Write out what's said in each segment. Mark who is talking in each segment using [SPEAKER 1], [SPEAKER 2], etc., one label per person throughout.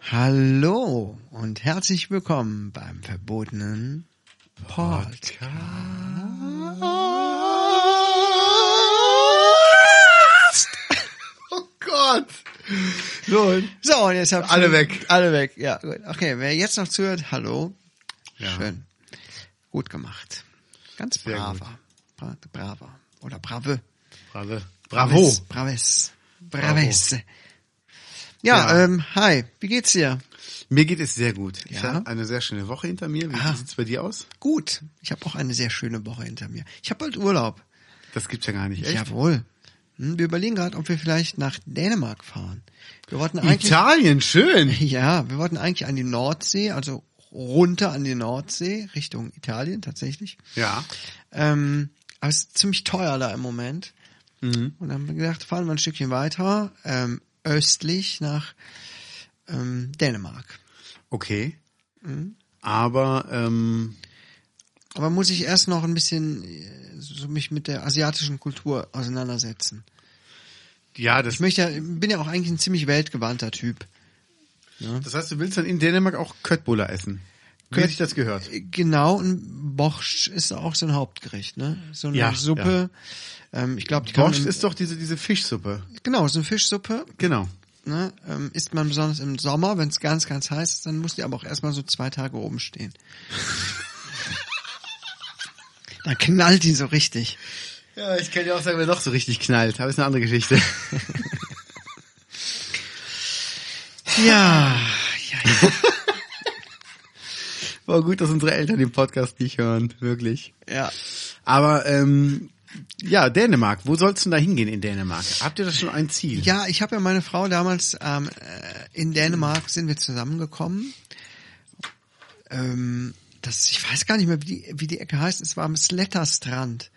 [SPEAKER 1] Hallo und herzlich willkommen beim verbotenen Podcast.
[SPEAKER 2] Oh Gott. So,
[SPEAKER 1] So, und jetzt habt ihr-
[SPEAKER 2] Alle weg.
[SPEAKER 1] Alle weg, ja. Gut. Okay, wer jetzt noch zuhört, hallo.
[SPEAKER 2] Ja.
[SPEAKER 1] Schön. Gut gemacht. Ganz
[SPEAKER 2] Sehr
[SPEAKER 1] braver. Bra braver. Oder brave.
[SPEAKER 2] brave. Bravo.
[SPEAKER 1] Braves. Braves. Ja,
[SPEAKER 2] Ja.
[SPEAKER 1] Ähm, hi, wie geht's dir?
[SPEAKER 2] Mir geht es sehr gut. Ich
[SPEAKER 1] Ja?
[SPEAKER 2] habe eine sehr schöne Woche hinter mir. Wie
[SPEAKER 1] Ah.
[SPEAKER 2] sieht's bei dir aus?
[SPEAKER 1] Gut. Ich habe auch eine sehr schöne Woche hinter mir. Ich habe bald Urlaub.
[SPEAKER 2] Das gibt's ja gar nicht. Echt?
[SPEAKER 1] Jawohl. Hm, wir überlegen gerade, ob wir vielleicht nach Dänemark fahren. Wir wollten eigentlich
[SPEAKER 2] Italien, schön.
[SPEAKER 1] Ja, wir wollten eigentlich an die Nordsee, also runter an die Nordsee, Richtung Italien tatsächlich.
[SPEAKER 2] Ja.
[SPEAKER 1] Ähm, aber es ist ziemlich teuer da im Moment.
[SPEAKER 2] Mhm.
[SPEAKER 1] Und dann haben wir gedacht, fahren wir ein Stückchen weiter, ähm, östlich nach ähm, Dänemark.
[SPEAKER 2] Okay.
[SPEAKER 1] Mhm.
[SPEAKER 2] Aber ähm,
[SPEAKER 1] Aber muss ich erst noch ein bisschen äh, so mich mit der asiatischen Kultur auseinandersetzen.
[SPEAKER 2] ja, das,
[SPEAKER 1] Ich möchte, ja- bin ja auch eigentlich ein ziemlich weltgewandter Typ.
[SPEAKER 2] das heißt, du willst dann in Dänemark auch Köttbullar essen. Wie
[SPEAKER 1] Kött-
[SPEAKER 2] sich das gehört.
[SPEAKER 1] Genau, und Borscht ist auch so ein Hauptgericht, ne? So eine
[SPEAKER 2] Ja,
[SPEAKER 1] Suppe. Ähm, ich glaube, die kann man
[SPEAKER 2] Borscht
[SPEAKER 1] im-
[SPEAKER 2] ist doch diese, diese Fischsuppe.
[SPEAKER 1] Genau, so eine Fischsuppe
[SPEAKER 2] Genau.
[SPEAKER 1] ne, ähm, isst man besonders im Sommer, wenn es ganz, ganz heiß ist, dann muss die aber auch erstmal so zwei Tage oben stehen. dann knallt die so richtig.
[SPEAKER 2] Ja, ich kann dir auch sagen, wer noch so richtig knallt. Aber ist eine andere Geschichte.
[SPEAKER 1] Ja, Ah, ja, ja.
[SPEAKER 2] War gut, dass unsere Eltern den Podcast nicht hören. Wirklich.
[SPEAKER 1] ja.
[SPEAKER 2] Aber ähm, ja, Dänemark. Wo sollst du denn da hingehen in Dänemark? Habt ihr da schon ein Ziel?
[SPEAKER 1] Ja, ich habe ja meine Frau damals ähm, äh, in Dänemark sind wir zusammengekommen. Ähm, das, ich weiß gar nicht mehr, wie die, wie die Ecke heißt. Es war am Sletterstrand.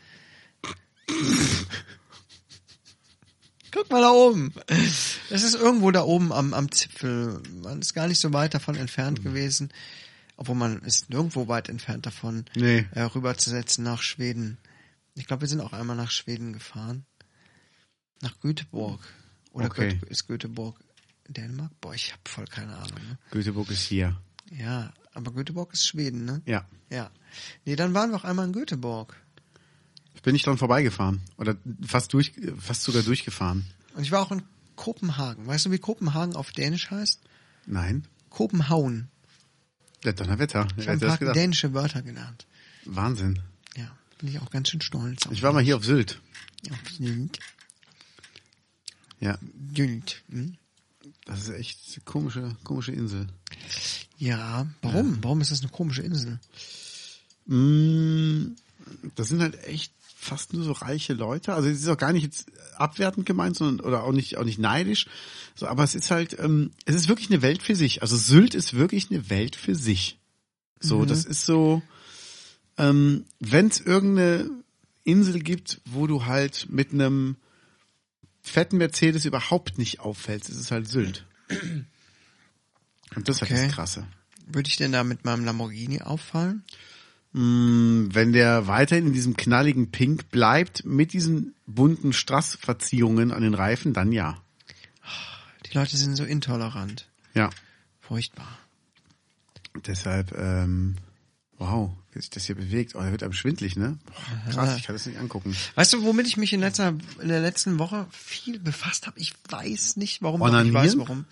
[SPEAKER 1] Guck mal da oben. Das ist irgendwo da oben am, am Zipfel. Man ist gar nicht so weit davon entfernt gewesen. Obwohl man ist nirgendwo weit entfernt davon,
[SPEAKER 2] Nee.
[SPEAKER 1] äh, rüberzusetzen nach Schweden. Ich glaube, wir sind auch einmal nach Schweden gefahren. Nach Göteborg. Oder
[SPEAKER 2] Okay.
[SPEAKER 1] Göte, ist Göteborg Dänemark? Boah, ich habe voll keine Ahnung.
[SPEAKER 2] Göteborg ist hier.
[SPEAKER 1] Ne? Ja, aber Göteborg ist Schweden, ne?
[SPEAKER 2] Ja.
[SPEAKER 1] Ja. Nee, dann waren wir auch einmal in Göteborg.
[SPEAKER 2] Ich bin nicht dran vorbeigefahren. Oder fast durch, fast sogar durchgefahren.
[SPEAKER 1] Und ich war auch in Kopenhagen. Weißt du, wie Kopenhagen auf Dänisch heißt?
[SPEAKER 2] Nein.
[SPEAKER 1] Kopenhauen.
[SPEAKER 2] Ja, Donnerwetter.
[SPEAKER 1] Ich habe ein
[SPEAKER 2] Wer hätte
[SPEAKER 1] paar
[SPEAKER 2] das gedacht?
[SPEAKER 1] dänische Wörter gelernt.
[SPEAKER 2] Wahnsinn.
[SPEAKER 1] Ja, bin ich auch ganz schön stolz. auf.
[SPEAKER 2] Ich war mal hier auf Sylt.
[SPEAKER 1] Auf Sylt.
[SPEAKER 2] Ja.
[SPEAKER 1] Sylt, Hm?
[SPEAKER 2] Das ist echt eine komische, komische Insel.
[SPEAKER 1] Ja, warum? Warum ist das eine komische Insel?
[SPEAKER 2] Mm, Das sind halt echt fast nur so reiche Leute. Also es ist auch gar nicht jetzt abwertend gemeint, sondern oder auch nicht auch nicht neidisch. So, aber es ist halt, ähm, es ist wirklich eine Welt für sich. Also Sylt ist wirklich eine Welt für sich. So, das ist so, ähm, wenn es irgendeine Insel gibt, wo du halt mit einem fetten Mercedes überhaupt nicht auffällst, ist es halt Sylt. Und das ist halt
[SPEAKER 1] Okay.
[SPEAKER 2] das Krasse.
[SPEAKER 1] Würde ich denn da mit meinem Lamborghini auffallen?
[SPEAKER 2] Mm, Wenn der weiterhin in diesem knalligen Pink bleibt, mit diesen bunten Strassverzierungen an den Reifen, dann ja.
[SPEAKER 1] Die Leute sind so intolerant.
[SPEAKER 2] Ja.
[SPEAKER 1] Furchtbar.
[SPEAKER 2] Deshalb, ähm, wow, wie sich das hier bewegt. Oh, der wird einem schwindlig, ne? Boah, krass, ich kann das nicht angucken.
[SPEAKER 1] Weißt du, womit ich mich in letzter, in der letzten Woche viel befasst habe? Ich weiß nicht warum,
[SPEAKER 2] Onanieren?
[SPEAKER 1] ich weiß warum.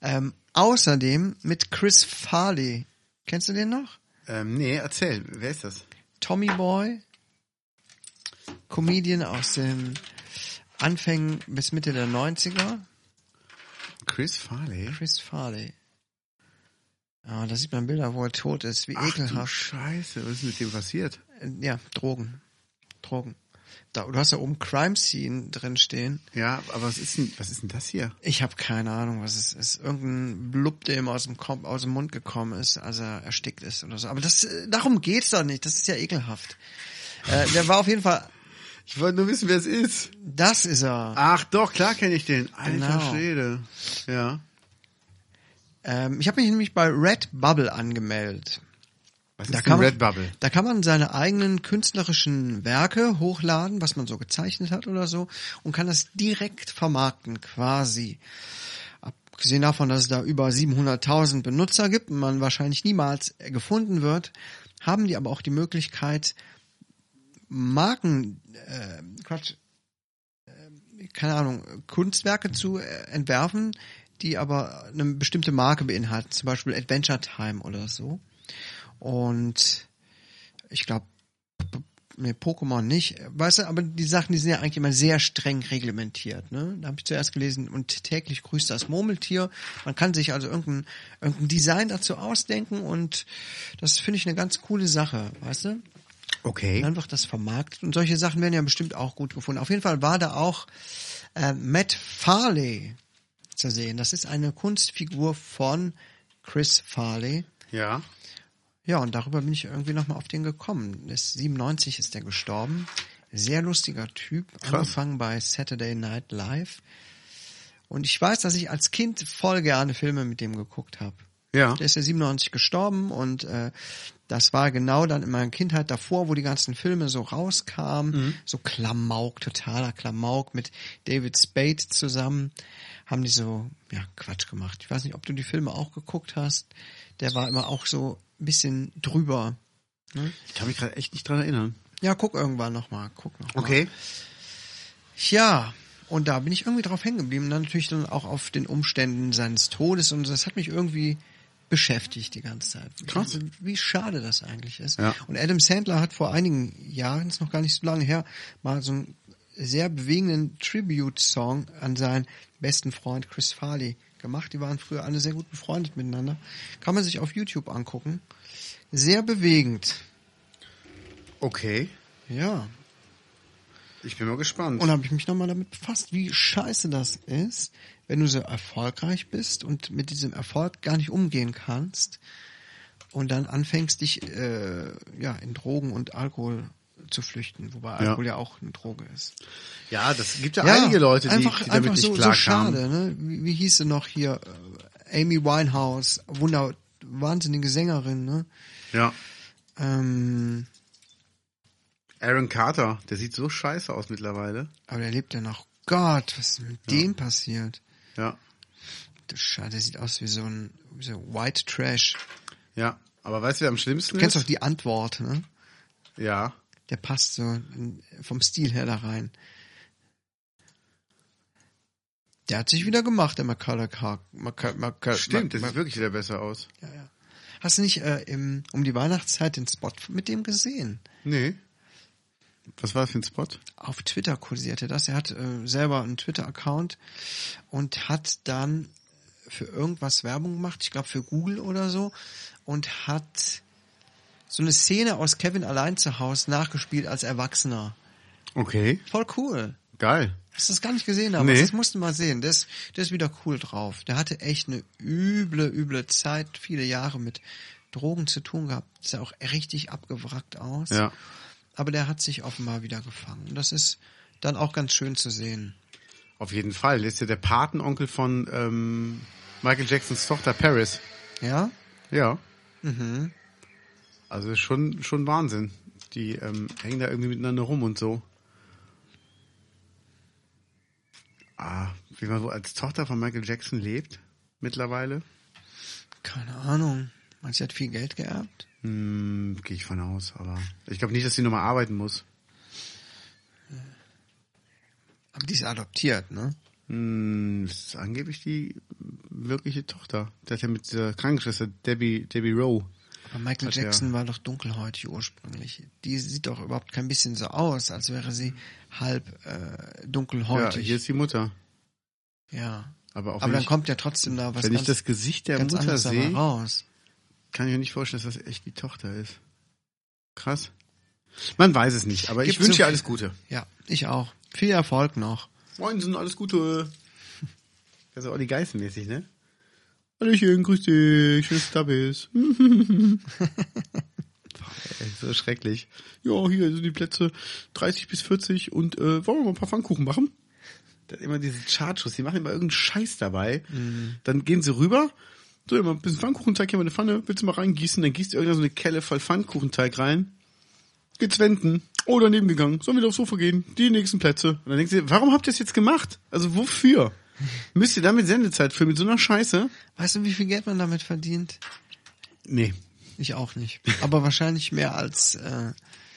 [SPEAKER 1] Ähm, außerdem mit Chris Farley. Kennst du den noch?
[SPEAKER 2] Ähm, nee, erzähl, wer ist das?
[SPEAKER 1] Tommy Boy. Comedian aus den Anfängen bis Mitte der 90er.
[SPEAKER 2] Chris Farley?
[SPEAKER 1] Chris Farley. Ah, da sieht man Bilder, wo er tot ist. Wie
[SPEAKER 2] Ach du
[SPEAKER 1] ekelhaft.
[SPEAKER 2] Scheiße, was ist mit dem passiert?
[SPEAKER 1] Äh, Ja, Drogen. Drogen. Da, du hast ja oben Crime Scene drin stehen.
[SPEAKER 2] Ja, aber was ist denn, was ist denn das hier?
[SPEAKER 1] Ich habe keine Ahnung, was es ist. Irgendein Blub, der ihm aus dem, Kopf, aus dem Mund gekommen ist, als er erstickt ist oder so. Aber das, äh, darum geht's doch nicht. Das ist ja ekelhaft. Äh, der war auf jeden Fall
[SPEAKER 2] Ich wollte nur wissen, wer es ist.
[SPEAKER 1] Das ist er.
[SPEAKER 2] Ach doch, klar kenne ich den. Alter
[SPEAKER 1] Genau.
[SPEAKER 2] Schwede. Ja.
[SPEAKER 1] Ähm, ich habe mich nämlich bei Redbubble angemeldet.
[SPEAKER 2] Was
[SPEAKER 1] Da
[SPEAKER 2] ist
[SPEAKER 1] kann,
[SPEAKER 2] denn
[SPEAKER 1] man,
[SPEAKER 2] Redbubble?
[SPEAKER 1] da kann man seine eigenen künstlerischen Werke hochladen, was man so gezeichnet hat oder so, und kann das direkt vermarkten quasi. Abgesehen davon, dass es da über 700.000 Benutzer gibt und man wahrscheinlich niemals gefunden wird, haben die aber auch die Möglichkeit, Marken, äh, Quatsch, äh, keine Ahnung, Kunstwerke zu äh, entwerfen, die aber eine bestimmte Marke beinhalten, zum Beispiel Adventure Time oder so. Und ich glaube, nee, Pokémon nicht. Weißt du, aber die Sachen, die sind ja eigentlich immer sehr streng reglementiert. Ne? Da habe ich zuerst gelesen, und täglich grüßt das Murmeltier. Man kann sich also irgendein, irgendein Design dazu ausdenken und das finde ich eine ganz coole Sache, weißt du?
[SPEAKER 2] Okay.
[SPEAKER 1] Dann wird das vermarktet und solche Sachen werden ja bestimmt auch gut gefunden. Auf jeden Fall war da auch äh, Matt Farley zu sehen. Das ist eine Kunstfigur von Chris Farley.
[SPEAKER 2] Ja.
[SPEAKER 1] Ja, und darüber bin ich irgendwie nochmal auf den gekommen. Ist 97 ist der gestorben. Sehr lustiger Typ. Angefangen bei Saturday Night Live. Und ich weiß, dass ich als Kind voll gerne Filme mit dem geguckt habe.
[SPEAKER 2] Ja.
[SPEAKER 1] Der ist ja 97 gestorben und äh, das war genau dann in meiner Kindheit davor, wo die ganzen Filme so rauskamen. So Klamauk, totaler Klamauk mit David Spade zusammen. Haben die so, ja, Quatsch gemacht. Ich weiß nicht, ob du die Filme auch geguckt hast. Der war immer auch so ein bisschen drüber.
[SPEAKER 2] Ich kann mich gerade echt nicht dran erinnern.
[SPEAKER 1] Ja, guck irgendwann nochmal. Guck noch mal.
[SPEAKER 2] Okay.
[SPEAKER 1] Ja, und da bin ich irgendwie drauf hängen geblieben. Dann natürlich dann auch auf den Umständen seines Todes und das hat mich irgendwie beschäftigt die ganze Zeit.
[SPEAKER 2] Krass.
[SPEAKER 1] Also, Wie schade das eigentlich ist.
[SPEAKER 2] Ja.
[SPEAKER 1] Und Adam Sandler hat vor einigen Jahren, ist noch gar nicht so lange her, mal so einen sehr bewegenden Tribute-Song an seinen besten Freund Chris Farley gemacht. Die waren früher alle sehr gut befreundet miteinander. Kann man sich auf YouTube angucken. Sehr bewegend.
[SPEAKER 2] Okay.
[SPEAKER 1] Ja.
[SPEAKER 2] Ich bin mal gespannt.
[SPEAKER 1] Und habe ich mich nochmal damit befasst, wie scheiße das ist, wenn du so erfolgreich bist und mit diesem Erfolg gar nicht umgehen kannst und dann anfängst, dich äh, ja, in Drogen und Alkohol zu flüchten, wobei
[SPEAKER 2] Ja.
[SPEAKER 1] Alkohol ja, auch eine Droge ist.
[SPEAKER 2] ja, das gibt ja,
[SPEAKER 1] Ja,
[SPEAKER 2] einige Leute, die,
[SPEAKER 1] einfach,
[SPEAKER 2] die damit
[SPEAKER 1] einfach
[SPEAKER 2] nicht
[SPEAKER 1] so,
[SPEAKER 2] klar
[SPEAKER 1] so schade. Ne? Wie, wie hieß sie noch hier? Äh, Amy Winehouse, wunder, wahnsinnige Sängerin. Ne?
[SPEAKER 2] Ja.
[SPEAKER 1] Ähm,
[SPEAKER 2] Aaron Carter, der sieht so scheiße aus mittlerweile.
[SPEAKER 1] aber der lebt ja noch. Gott, was ist mit dem passiert?
[SPEAKER 2] Ja.
[SPEAKER 1] Du Scheiße, der sieht aus wie so ein wie so White Trash.
[SPEAKER 2] Ja. Aber weißt du, wer am schlimmsten
[SPEAKER 1] Du kennst doch
[SPEAKER 2] ist?
[SPEAKER 1] die Antwort, ne?
[SPEAKER 2] Ja.
[SPEAKER 1] Der passt so in- vom Stil her da rein. Der hat sich wieder gemacht, der McCullough. Car- McCu- McCu-
[SPEAKER 2] Stimmt, der
[SPEAKER 1] Ma-
[SPEAKER 2] sieht wirklich wieder besser aus.
[SPEAKER 1] Ma- ja, ja. Hast du nicht äh, im, um die Weihnachtszeit den Spot mit dem gesehen?
[SPEAKER 2] Nee. Was war das für ein Spot?
[SPEAKER 1] auf Twitter kursierte das. Er hat äh, selber einen Twitter-Account und hat dann für irgendwas Werbung gemacht, ich glaube für Google oder so, und hat so eine Szene aus Kevin allein zu Hause nachgespielt als Erwachsener.
[SPEAKER 2] Okay.
[SPEAKER 1] Voll cool.
[SPEAKER 2] Geil.
[SPEAKER 1] Hast du das gar nicht gesehen, aber
[SPEAKER 2] Nee.
[SPEAKER 1] das musst du mal sehen. Der ist, der ist wieder cool drauf. Der hatte echt eine üble, üble Zeit, viele Jahre mit Drogen zu tun gehabt. Sah auch richtig abgewrackt aus.
[SPEAKER 2] Ja.
[SPEAKER 1] Aber der hat sich offenbar wieder gefangen. Und das ist dann auch ganz schön zu sehen.
[SPEAKER 2] Auf jeden Fall. Der ist ja der Patenonkel von ähm, Michael Jacksons Tochter Paris.
[SPEAKER 1] Ja?
[SPEAKER 2] Ja. Mhm. Also schon, schon Wahnsinn. Die ähm, hängen da irgendwie miteinander rum und so. Ah, wie man so als Tochter von Michael Jackson lebt mittlerweile,
[SPEAKER 1] Keine Ahnung. Manche hat viel Geld geerbt.
[SPEAKER 2] hm, gehe ich von aus. Aber ich glaube nicht, dass sie nochmal arbeiten muss.
[SPEAKER 1] Aber die ist adoptiert, ne?
[SPEAKER 2] Hm, das ist angeblich die wirkliche Tochter. Der hat ja mit dieser Krankenschwester Debbie, Debbie Rowe.
[SPEAKER 1] Aber Michael
[SPEAKER 2] Hat er-
[SPEAKER 1] Jackson war doch dunkelhäutig ursprünglich. Die sieht doch überhaupt kein bisschen so aus, als wäre sie halb äh,
[SPEAKER 2] Ja,
[SPEAKER 1] dunkelhäutig.
[SPEAKER 2] hier ist die Mutter.
[SPEAKER 1] Ja.
[SPEAKER 2] Aber auch
[SPEAKER 1] Aber
[SPEAKER 2] wenn,
[SPEAKER 1] dann
[SPEAKER 2] ich,
[SPEAKER 1] kommt ja trotzdem da was
[SPEAKER 2] wenn
[SPEAKER 1] ganz,
[SPEAKER 2] ich das Gesicht der
[SPEAKER 1] ganz
[SPEAKER 2] Mutter
[SPEAKER 1] anderes dabei
[SPEAKER 2] sehe,
[SPEAKER 1] raus.
[SPEAKER 2] kann ich mir nicht vorstellen, dass das echt die Tochter ist. Krass. Man weiß es nicht, aber ich
[SPEAKER 1] Gibt's
[SPEAKER 2] wünsche
[SPEAKER 1] so-
[SPEAKER 2] dir alles Gute.
[SPEAKER 1] Ja, ich auch. Viel Erfolg noch.
[SPEAKER 2] Moinsen, alles Gute. Also Olli Geißen mäßig, ne? Hallöchen, grüß dich, schön, dass du da bist. Boah, ey, so schrecklich. Ja, hier sind die Plätze 30 bis 40 und äh, wollen wir mal ein paar Pfannkuchen machen? Dann immer diese Chartschuss, die machen immer irgendeinen Scheiß dabei. Dann gehen sie rüber, Mhm. so immer ein bisschen Pfannkuchenteig, hier mal eine Pfanne, willst du mal reingießen, dann gießt irgendeiner so eine Kelle voll Pfannkuchenteig rein. Geht's wenden. Oh, daneben gegangen. Sollen wir aufs Sofa gehen? Die nächsten Plätze. Und dann denkst du, dir, warum habt ihr das jetzt gemacht? Also wofür? Müsst ihr damit Sendezeit füllen mit so einer Scheiße?
[SPEAKER 1] Weißt du, wie viel Geld man damit verdient?
[SPEAKER 2] Nee,
[SPEAKER 1] Ich auch nicht. Aber wahrscheinlich mehr als, äh,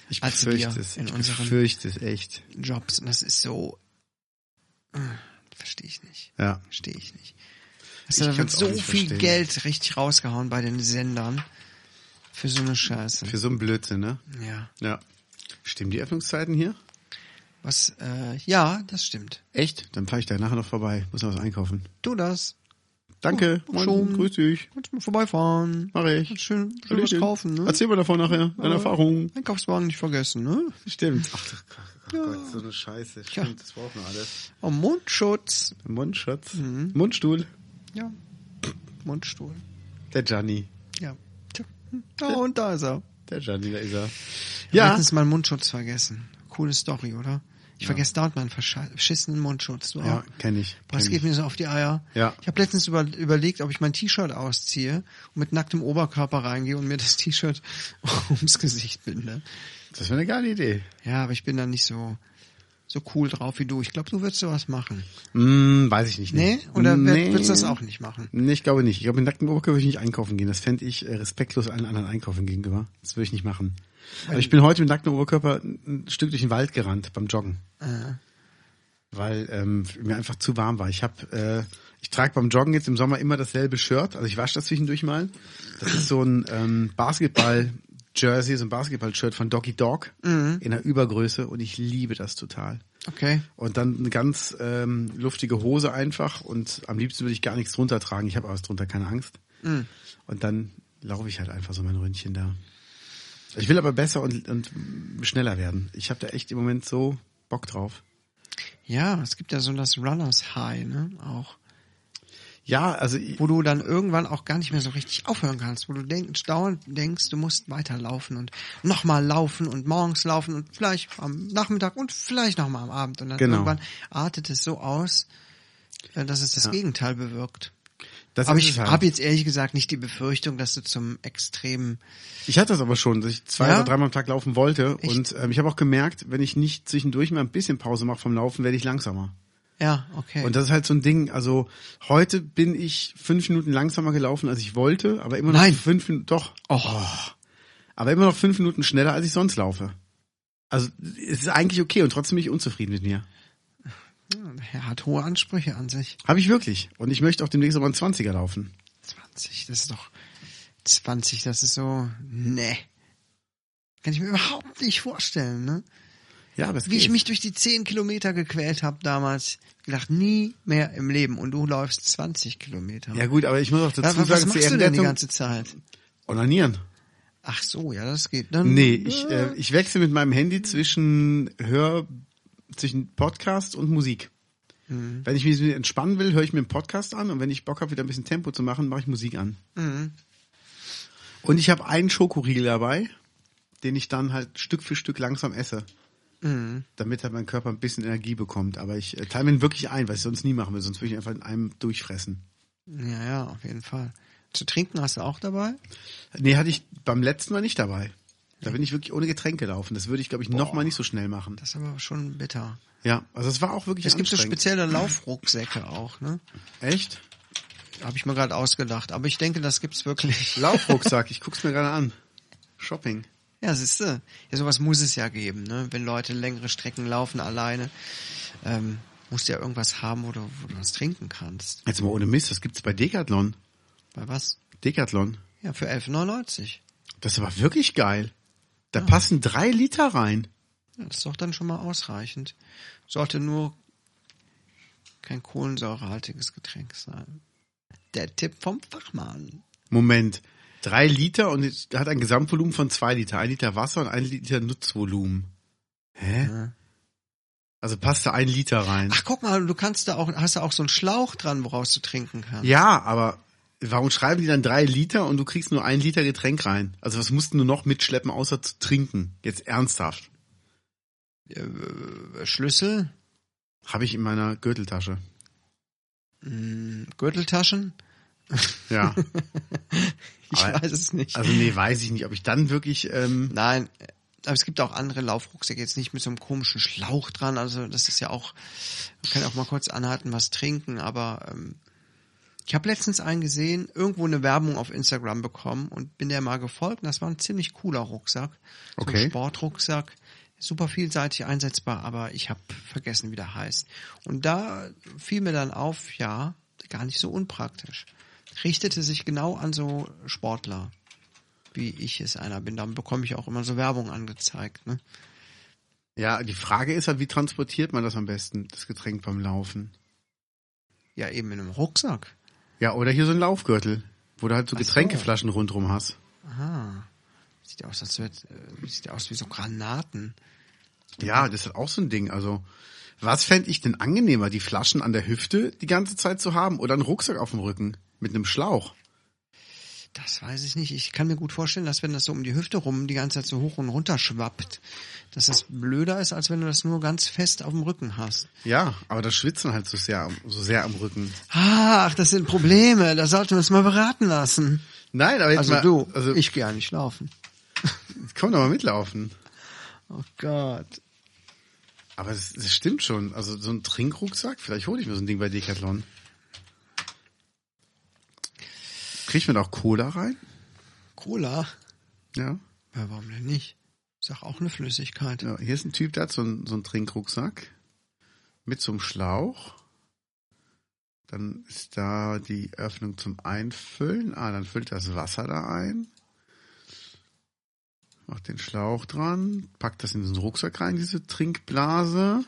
[SPEAKER 2] Ich
[SPEAKER 1] als wir
[SPEAKER 2] befürchte es.
[SPEAKER 1] in
[SPEAKER 2] ich
[SPEAKER 1] unseren
[SPEAKER 2] befürchte es echt.
[SPEAKER 1] Jobs. Und das ist so. äh, Verstehe ich nicht.
[SPEAKER 2] Ja.
[SPEAKER 1] Verstehe ich nicht. Also, da wird
[SPEAKER 2] kann's auch
[SPEAKER 1] so
[SPEAKER 2] nicht
[SPEAKER 1] viel
[SPEAKER 2] verstehen.
[SPEAKER 1] Geld richtig rausgehauen bei den Sendern. Für so eine Scheiße.
[SPEAKER 2] Für so einen Blödsinn, ne?
[SPEAKER 1] Ja.
[SPEAKER 2] Ja. Stimmen die Öffnungszeiten hier?
[SPEAKER 1] Was, äh, ja, das stimmt.
[SPEAKER 2] Echt? Dann fahre ich da nachher noch vorbei. Muss noch was einkaufen.
[SPEAKER 1] Tu das.
[SPEAKER 2] Danke.
[SPEAKER 1] Oh,
[SPEAKER 2] Moin.
[SPEAKER 1] schon.
[SPEAKER 2] Grüß dich.
[SPEAKER 1] Kannst mal vorbeifahren.
[SPEAKER 2] Mach ich.
[SPEAKER 1] Kannst Schön, schön was
[SPEAKER 2] Hallöchen.
[SPEAKER 1] kaufen, ne?
[SPEAKER 2] Erzähl mal davon nachher. Deine Erfahrungen.
[SPEAKER 1] Einkaufswagen nicht vergessen, ne?
[SPEAKER 2] Stimmt. Ach du Gott, oh Gott, so eine Scheiße. Stimmt, das braucht man alles.
[SPEAKER 1] Oh, Mundschutz.
[SPEAKER 2] Mundschutz.
[SPEAKER 1] Mhm.
[SPEAKER 2] Mundstuhl.
[SPEAKER 1] Ja. Mundstuhl.
[SPEAKER 2] Der Gianni.
[SPEAKER 1] Ja. Tja. Da und da ist er.
[SPEAKER 2] Der Gianni, da ist er.
[SPEAKER 1] Ja.
[SPEAKER 2] Ja.
[SPEAKER 1] Letztens mal Mundschutz vergessen. Coole Story, oder? Ich vergesse dauernd meinen versch- verschissenen Mundschutz. Du
[SPEAKER 2] Ja,
[SPEAKER 1] auch?
[SPEAKER 2] kenne ich.
[SPEAKER 1] Boah, das
[SPEAKER 2] kenn
[SPEAKER 1] geht mir so auf die Eier.
[SPEAKER 2] Ja.
[SPEAKER 1] Ich habe letztens über, überlegt, ob ich mein T-Shirt ausziehe und mit nacktem Oberkörper reingehe und mir das T-Shirt ums Gesicht binde.
[SPEAKER 2] ich. Das wäre eine geile Idee.
[SPEAKER 1] Ja, aber ich bin da nicht so so cool drauf wie du. Ich glaube, du würdest sowas machen.
[SPEAKER 2] Hm, weiß ich nicht.
[SPEAKER 1] Nee? Oder wer-
[SPEAKER 2] Nee.
[SPEAKER 1] würdest du das auch nicht machen?
[SPEAKER 2] Nee, ich glaube nicht. Ich glaube, mit nacktem Oberkörper würde ich nicht einkaufen gehen. Das fände ich äh, respektlos allen anderen Einkaufen gegenüber. Das würde ich nicht machen. Aber ich bin heute mit nacktem Oberkörper ein ein Stück durch den Wald gerannt beim Joggen.
[SPEAKER 1] Ah.
[SPEAKER 2] Weil ähm, mir einfach zu warm war. Ich habe, äh, ich trage beim Joggen jetzt im Sommer immer dasselbe Shirt. Also ich wasche das zwischendurch mal. Das ist so ein ähm, Basketball-Jersey, so ein Basketball-Shirt von Doggy Dog
[SPEAKER 1] Mhm.
[SPEAKER 2] in der Übergröße und ich liebe das total.
[SPEAKER 1] Okay.
[SPEAKER 2] Und dann eine ganz ähm, luftige Hose einfach und am liebsten würde ich gar nichts drunter tragen. Ich habe aber was drunter, keine Angst.
[SPEAKER 1] Mhm.
[SPEAKER 2] Und dann laufe ich halt einfach so mein Ründchen da. Ich will aber besser und, und schneller werden. Ich habe da echt im Moment so Bock drauf.
[SPEAKER 1] Ja, es gibt ja so das Runners High, ne? Auch.
[SPEAKER 2] Ja, also ich,
[SPEAKER 1] Wo du dann irgendwann auch gar nicht mehr so richtig aufhören kannst, wo du denk, dauernd denkst, du musst weiterlaufen und nochmal laufen und morgens laufen und vielleicht am Nachmittag und vielleicht nochmal am Abend. Und dann
[SPEAKER 2] Genau.
[SPEAKER 1] irgendwann artet es so aus, äh, dass es das Gegenteil bewirkt.
[SPEAKER 2] das
[SPEAKER 1] aber
[SPEAKER 2] ist
[SPEAKER 1] ich
[SPEAKER 2] es halt.
[SPEAKER 1] habe jetzt ehrlich gesagt nicht die Befürchtung, dass du zum extremen
[SPEAKER 2] Ich hatte das aber schon, dass ich zwei
[SPEAKER 1] Ja?
[SPEAKER 2] oder dreimal am Tag laufen wollte.
[SPEAKER 1] Echt?
[SPEAKER 2] Und ähm, ich habe auch gemerkt, wenn ich nicht zwischendurch mal ein bisschen Pause mache vom Laufen, werde ich langsamer.
[SPEAKER 1] Ja, okay.
[SPEAKER 2] Und das ist halt so ein Ding. Also heute bin ich fünf Minuten langsamer gelaufen, als ich wollte, aber immer noch
[SPEAKER 1] Nein.
[SPEAKER 2] fünf Minuten. Doch.
[SPEAKER 1] oh,
[SPEAKER 2] Aber immer noch fünf Minuten schneller, als ich sonst laufe. Also es ist eigentlich okay und trotzdem bin ich unzufrieden mit mir.
[SPEAKER 1] er hat hohe Ansprüche an sich.
[SPEAKER 2] Habe ich wirklich. Und ich möchte auch demnächst aber einen 20er laufen.
[SPEAKER 1] 20, das ist doch 20, das ist so, ne. Kann ich mir überhaupt nicht vorstellen, ne?
[SPEAKER 2] Ja, aber es
[SPEAKER 1] Wie ich
[SPEAKER 2] geht.
[SPEAKER 1] mich durch die 10 Kilometer gequält habe damals, gedacht, nie mehr im Leben. Und du läufst 20 Kilometer.
[SPEAKER 2] ja gut, aber ich muss auch
[SPEAKER 1] Ja, aber
[SPEAKER 2] dazu
[SPEAKER 1] was
[SPEAKER 2] sagen,
[SPEAKER 1] machst du denn die ganze Zeit?
[SPEAKER 2] Onanieren.
[SPEAKER 1] Ach so, ja, das geht. Dann,
[SPEAKER 2] Nee, ich, äh, ich wechsle mit meinem Handy zwischen Hör, zwischen Podcast und Musik. Wenn ich mich entspannen will, höre ich mir einen Podcast an und wenn ich Bock habe, wieder ein bisschen Tempo zu machen, mache ich Musik an. Und ich habe einen Schokoriegel dabei, den ich dann halt Stück für Stück langsam esse. Damit halt mein Körper ein bisschen Energie bekommt. Aber ich äh, teile mir ihn wirklich ein, was ich sonst nie machen will. Sonst würde ich ihn einfach in einem durchfressen.
[SPEAKER 1] Ja, ja, auf jeden Fall. Zu trinken hast du auch dabei?
[SPEAKER 2] Nee, hatte ich beim letzten Mal nicht dabei. Da bin ich wirklich ohne Getränke laufen. Das würde ich, glaube ich, nochmal nicht so schnell machen.
[SPEAKER 1] Das ist aber schon bitter.
[SPEAKER 2] Ja, also es war auch wirklich
[SPEAKER 1] Es gibt so
[SPEAKER 2] anstrengend.
[SPEAKER 1] spezielle Laufrucksäcke auch, ne?
[SPEAKER 2] Echt?
[SPEAKER 1] Habe ich mir gerade ausgedacht. Aber ich denke, das gibt's wirklich.
[SPEAKER 2] Laufrucksack, ich guck's mir gerade an. Shopping.
[SPEAKER 1] Ja, siehste. Ja, sowas muss es ja geben, ne? Wenn Leute längere Strecken laufen alleine, ähm, musst du ja irgendwas haben, wo du, wo du was trinken kannst.
[SPEAKER 2] Jetzt mal ohne Mist, das gibt's bei Decathlon.
[SPEAKER 1] Bei was?
[SPEAKER 2] Decathlon.
[SPEAKER 1] Ja, für 11,99.
[SPEAKER 2] Das ist aber wirklich geil. Da passen drei Liter rein.
[SPEAKER 1] Ja, das ist doch dann schon mal ausreichend. Sollte nur kein kohlensäurehaltiges Getränk sein. Der Tipp vom Fachmann.
[SPEAKER 2] Moment. Drei Liter und es hat ein Gesamtvolumen von zwei Liter. Ein Liter Wasser und ein Liter Nutzvolumen. Hä?
[SPEAKER 1] Ja.
[SPEAKER 2] Also passt da ein Liter rein.
[SPEAKER 1] Ach, guck mal, du kannst da auch, hast da auch so einen Schlauch dran, woraus du trinken kannst.
[SPEAKER 2] Ja, aber Warum schreiben die dann drei Liter und du kriegst nur ein Liter Getränk rein? Also was mussten du noch mitschleppen, außer zu trinken? Jetzt ernsthaft.
[SPEAKER 1] Äh, Schlüssel,
[SPEAKER 2] Habe ich in meiner Gürteltasche.
[SPEAKER 1] mh, Hm, Gürteltaschen?
[SPEAKER 2] Ja.
[SPEAKER 1] Ich
[SPEAKER 2] Aber-
[SPEAKER 1] weiß es nicht.
[SPEAKER 2] Also nee, weiß ich nicht, ob ich dann wirklich. Ähm,
[SPEAKER 1] Nein, aber es gibt auch andere Laufrucksäcke, jetzt nicht mit so einem komischen Schlauch dran. Also das ist ja auch, man kann auch mal kurz anhalten, was trinken, aber ähm, ich habe letztens einen gesehen, irgendwo eine Werbung auf Instagram bekommen und bin der mal gefolgt. Und das war ein ziemlich cooler Rucksack. So
[SPEAKER 2] Okay.
[SPEAKER 1] ein Sportrucksack. Super vielseitig einsetzbar, aber ich habe vergessen, wie der heißt. Und da fiel mir dann auf, ja, gar nicht so unpraktisch. Richtete sich genau an so Sportler wie ich es einer bin. Dann bekomme ich auch immer so Werbung angezeigt. Ne?
[SPEAKER 2] ja, die Frage ist halt, wie transportiert man das am besten, das Getränk beim Laufen?
[SPEAKER 1] Ja, eben in einem Rucksack.
[SPEAKER 2] Ja, oder hier so ein Laufgürtel, wo du halt so
[SPEAKER 1] Ach so.
[SPEAKER 2] Getränkeflaschen rundrum hast.
[SPEAKER 1] Aha. Sieht aus, als wird, äh, sieht aus wie so Granaten.
[SPEAKER 2] Ja, das ist auch so ein Ding. Also, was fände ich denn angenehmer, die Flaschen an der Hüfte die ganze Zeit zu haben oder einen Rucksack auf dem Rücken mit einem Schlauch?
[SPEAKER 1] Das weiß ich nicht. Ich kann mir gut vorstellen, dass wenn das so um die Hüfte rum die ganze Zeit so hoch und runter schwappt, dass das blöder ist, als wenn du das nur ganz fest auf dem Rücken hast.
[SPEAKER 2] Ja, aber das schwitzen halt so sehr, am- so sehr am Rücken.
[SPEAKER 1] Ah, Ach, das sind Probleme. Da sollten wir uns mal beraten lassen.
[SPEAKER 2] Nein, aber jetzt
[SPEAKER 1] Also
[SPEAKER 2] mal,
[SPEAKER 1] du,
[SPEAKER 2] also ich
[SPEAKER 1] ich gehe ja nicht laufen.
[SPEAKER 2] komm doch mal mitlaufen.
[SPEAKER 1] Oh Gott.
[SPEAKER 2] Aber das, das stimmt schon. Also so ein Trinkrucksack, vielleicht hole ich mir so ein Ding bei Decathlon. Kriegt man da auch Cola rein?
[SPEAKER 1] Cola?
[SPEAKER 2] Ja.
[SPEAKER 1] Ja, warum denn nicht? Ist doch auch eine Flüssigkeit.
[SPEAKER 2] ja. Hier ist ein Typ, der hat so, einen- so einen Trinkrucksack mit so einem Schlauch. Dann ist da die Öffnung zum Einfüllen. Ah, dann füllt das Wasser da ein. Macht den Schlauch dran, packt das in diesen Rucksack rein, diese Trinkblase.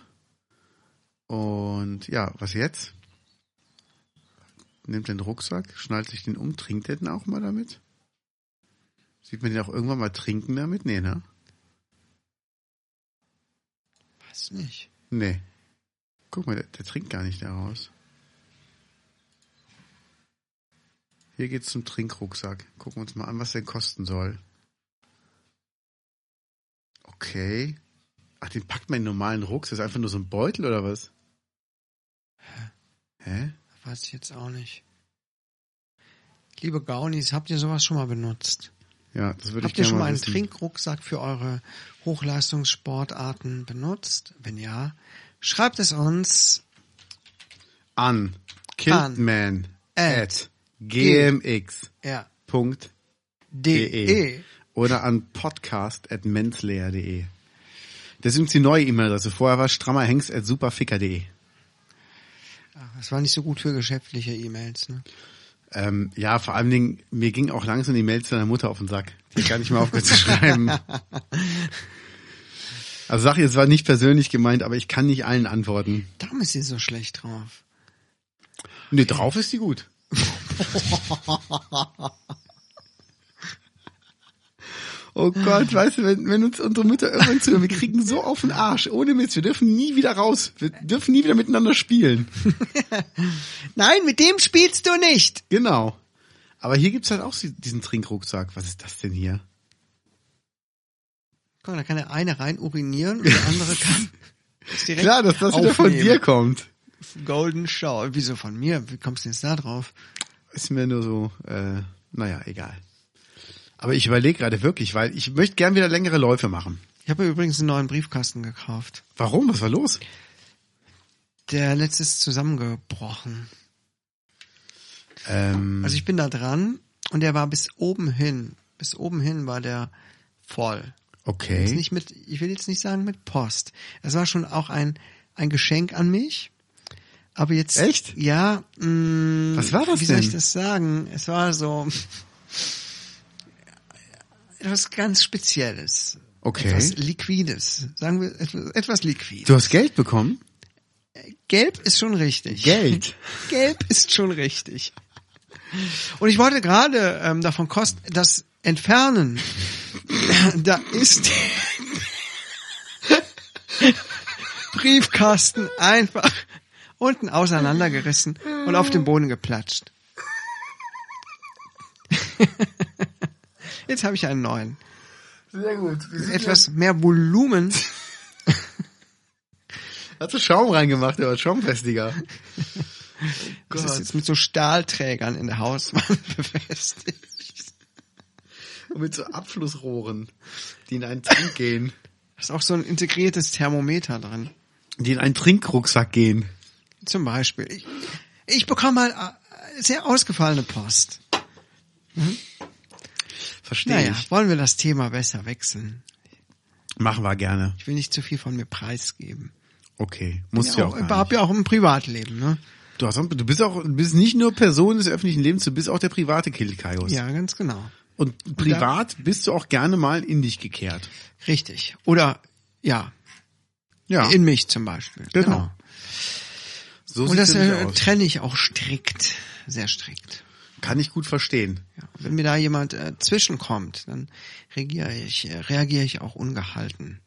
[SPEAKER 2] Und ja, was jetzt? Nimmt den Rucksack, schnallt sich den um, trinkt er den auch mal damit? Sieht man den auch irgendwann mal trinken damit? Nee, ne?
[SPEAKER 1] Weiß nicht.
[SPEAKER 2] Nee. Guck mal, der, der trinkt gar nicht daraus. Hier geht's zum Trinkrucksack. Gucken wir uns mal an, was der kosten soll. Okay. Ach, den packt man in einen normalen Rucksack. Ist einfach nur so ein Beutel oder was? Hä?
[SPEAKER 1] Weiß ich jetzt auch nicht. Liebe Gaunis, habt ihr sowas schon mal benutzt?
[SPEAKER 2] Ja, das würde ich
[SPEAKER 1] Habt ihr
[SPEAKER 2] gerne
[SPEAKER 1] schon mal
[SPEAKER 2] mal
[SPEAKER 1] einen
[SPEAKER 2] wissen.
[SPEAKER 1] Trinkrucksack für eure Hochleistungssportarten benutzt? Wenn ja, schreibt es uns.
[SPEAKER 2] An. Kidman. At.
[SPEAKER 1] At.
[SPEAKER 2] gmx.de
[SPEAKER 1] Ja.
[SPEAKER 2] De.
[SPEAKER 1] E.
[SPEAKER 2] E.
[SPEAKER 1] De.
[SPEAKER 2] oder an podcast.menslayer.de. Das ist übrigens die neue E-Mail-Adresse. Vorher war strammerhengst.superficker.de.
[SPEAKER 1] Ach, Das war nicht so gut für geschäftliche E-Mails, ne?
[SPEAKER 2] Ähm, ja, vor allem Dingen, mir ging auch langsam die Mails deiner Mutter auf den Sack. Die hat gar nicht mehr aufgehört zu schreiben. Also sag ihr, es war nicht persönlich gemeint, aber ich kann nicht allen antworten.
[SPEAKER 1] Darum ist sie so schlecht drauf.
[SPEAKER 2] Nee, drauf ist die gut. Oh Gott, weißt du, wenn, wenn uns unsere Mütter irgendwann zuhören, wir kriegen so auf den Arsch, ohne Mist, wir dürfen nie wieder raus, wir dürfen nie wieder miteinander spielen.
[SPEAKER 1] Nein, mit dem spielst du nicht!
[SPEAKER 2] Genau. Aber hier gibt's halt auch sie- diesen Trinkrucksack. Was ist das denn hier?
[SPEAKER 1] Guck mal, da kann der eine rein urinieren und der andere kann es direkt
[SPEAKER 2] Klar, dass das wieder von dir
[SPEAKER 1] aufnehmen.
[SPEAKER 2] kommt.
[SPEAKER 1] Golden Shower. Wieso von mir? Wie kommst du jetzt da drauf?
[SPEAKER 2] Ist mir nur so, äh, naja, egal. Aber ich überlege gerade wirklich, weil ich möchte gern wieder längere Läufe machen.
[SPEAKER 1] Ich habe mir übrigens einen neuen Briefkasten gekauft.
[SPEAKER 2] Warum? Was war los?
[SPEAKER 1] Der letzte ist zusammengebrochen.
[SPEAKER 2] Ähm,
[SPEAKER 1] Also ich bin da dran und der war bis oben hin. Bis oben hin war der voll. Jetzt
[SPEAKER 2] okay.
[SPEAKER 1] nicht mit, ich will jetzt nicht sagen mit Post. Es war schon auch ein, ein Geschenk an mich. Aber jetzt.
[SPEAKER 2] Echt?
[SPEAKER 1] Ja. Mh,
[SPEAKER 2] Was war das
[SPEAKER 1] Wie soll ich
[SPEAKER 2] denn?
[SPEAKER 1] das sagen? Es war so. Etwas ganz Spezielles.
[SPEAKER 2] Okay.
[SPEAKER 1] Etwas Liquides. Sagen wir etwas, etwas Liquid.
[SPEAKER 2] Du hast Geld bekommen?
[SPEAKER 1] Gelb ist schon richtig.
[SPEAKER 2] Geld?
[SPEAKER 1] Gelb ist schon richtig. Und ich wollte gerade ähm, davon kosten, das entfernen. da ist der Briefkasten einfach unten auseinandergerissen und auf den Boden geplatscht. Jetzt habe ich einen neuen.
[SPEAKER 2] Sehr gut.
[SPEAKER 1] Etwas mehr Volumen.
[SPEAKER 2] Hast du Schaum reingemacht, aber schaumfestiger.
[SPEAKER 1] Das ist
[SPEAKER 2] Gott.
[SPEAKER 1] jetzt mit so Stahlträgern in der Hauswand befestigt.
[SPEAKER 2] Und mit so Abflussrohren, die in einen Tank gehen.
[SPEAKER 1] Da ist auch so ein integriertes Thermometer drin.
[SPEAKER 2] Die in einen Trinkrucksack gehen.
[SPEAKER 1] Zum Beispiel. Ich, ich bekomme halt äh, sehr ausgefallene Post.
[SPEAKER 2] Verstehe
[SPEAKER 1] Naja,
[SPEAKER 2] ich.
[SPEAKER 1] wollen wir das Thema besser wechseln?
[SPEAKER 2] Machen wir gerne.
[SPEAKER 1] Ich will nicht zu viel von mir preisgeben.
[SPEAKER 2] Okay. Muss ja auch.
[SPEAKER 1] ich
[SPEAKER 2] gar
[SPEAKER 1] hab
[SPEAKER 2] nicht.
[SPEAKER 1] ja auch ein Privatleben, ne?
[SPEAKER 2] Du, hast, auch- du bist auch, du bist nicht nur Person des öffentlichen Lebens, du bist auch der private Killkaios.
[SPEAKER 1] Ja, ganz genau.
[SPEAKER 2] Und privat bist du auch gerne mal in dich gekehrt.
[SPEAKER 1] Richtig. Oder, ja,
[SPEAKER 2] Ja.
[SPEAKER 1] in mich zum Beispiel.
[SPEAKER 2] genau. So
[SPEAKER 1] Und
[SPEAKER 2] sieht
[SPEAKER 1] das
[SPEAKER 2] das nämlich
[SPEAKER 1] äh,
[SPEAKER 2] aus.
[SPEAKER 1] trenne ich auch strikt, sehr strikt.
[SPEAKER 2] Kann ich gut verstehen.
[SPEAKER 1] Ja. Wenn mir da jemand äh, zwischenkommt, dann reagiere ich, äh, reagiere ich auch ungehalten.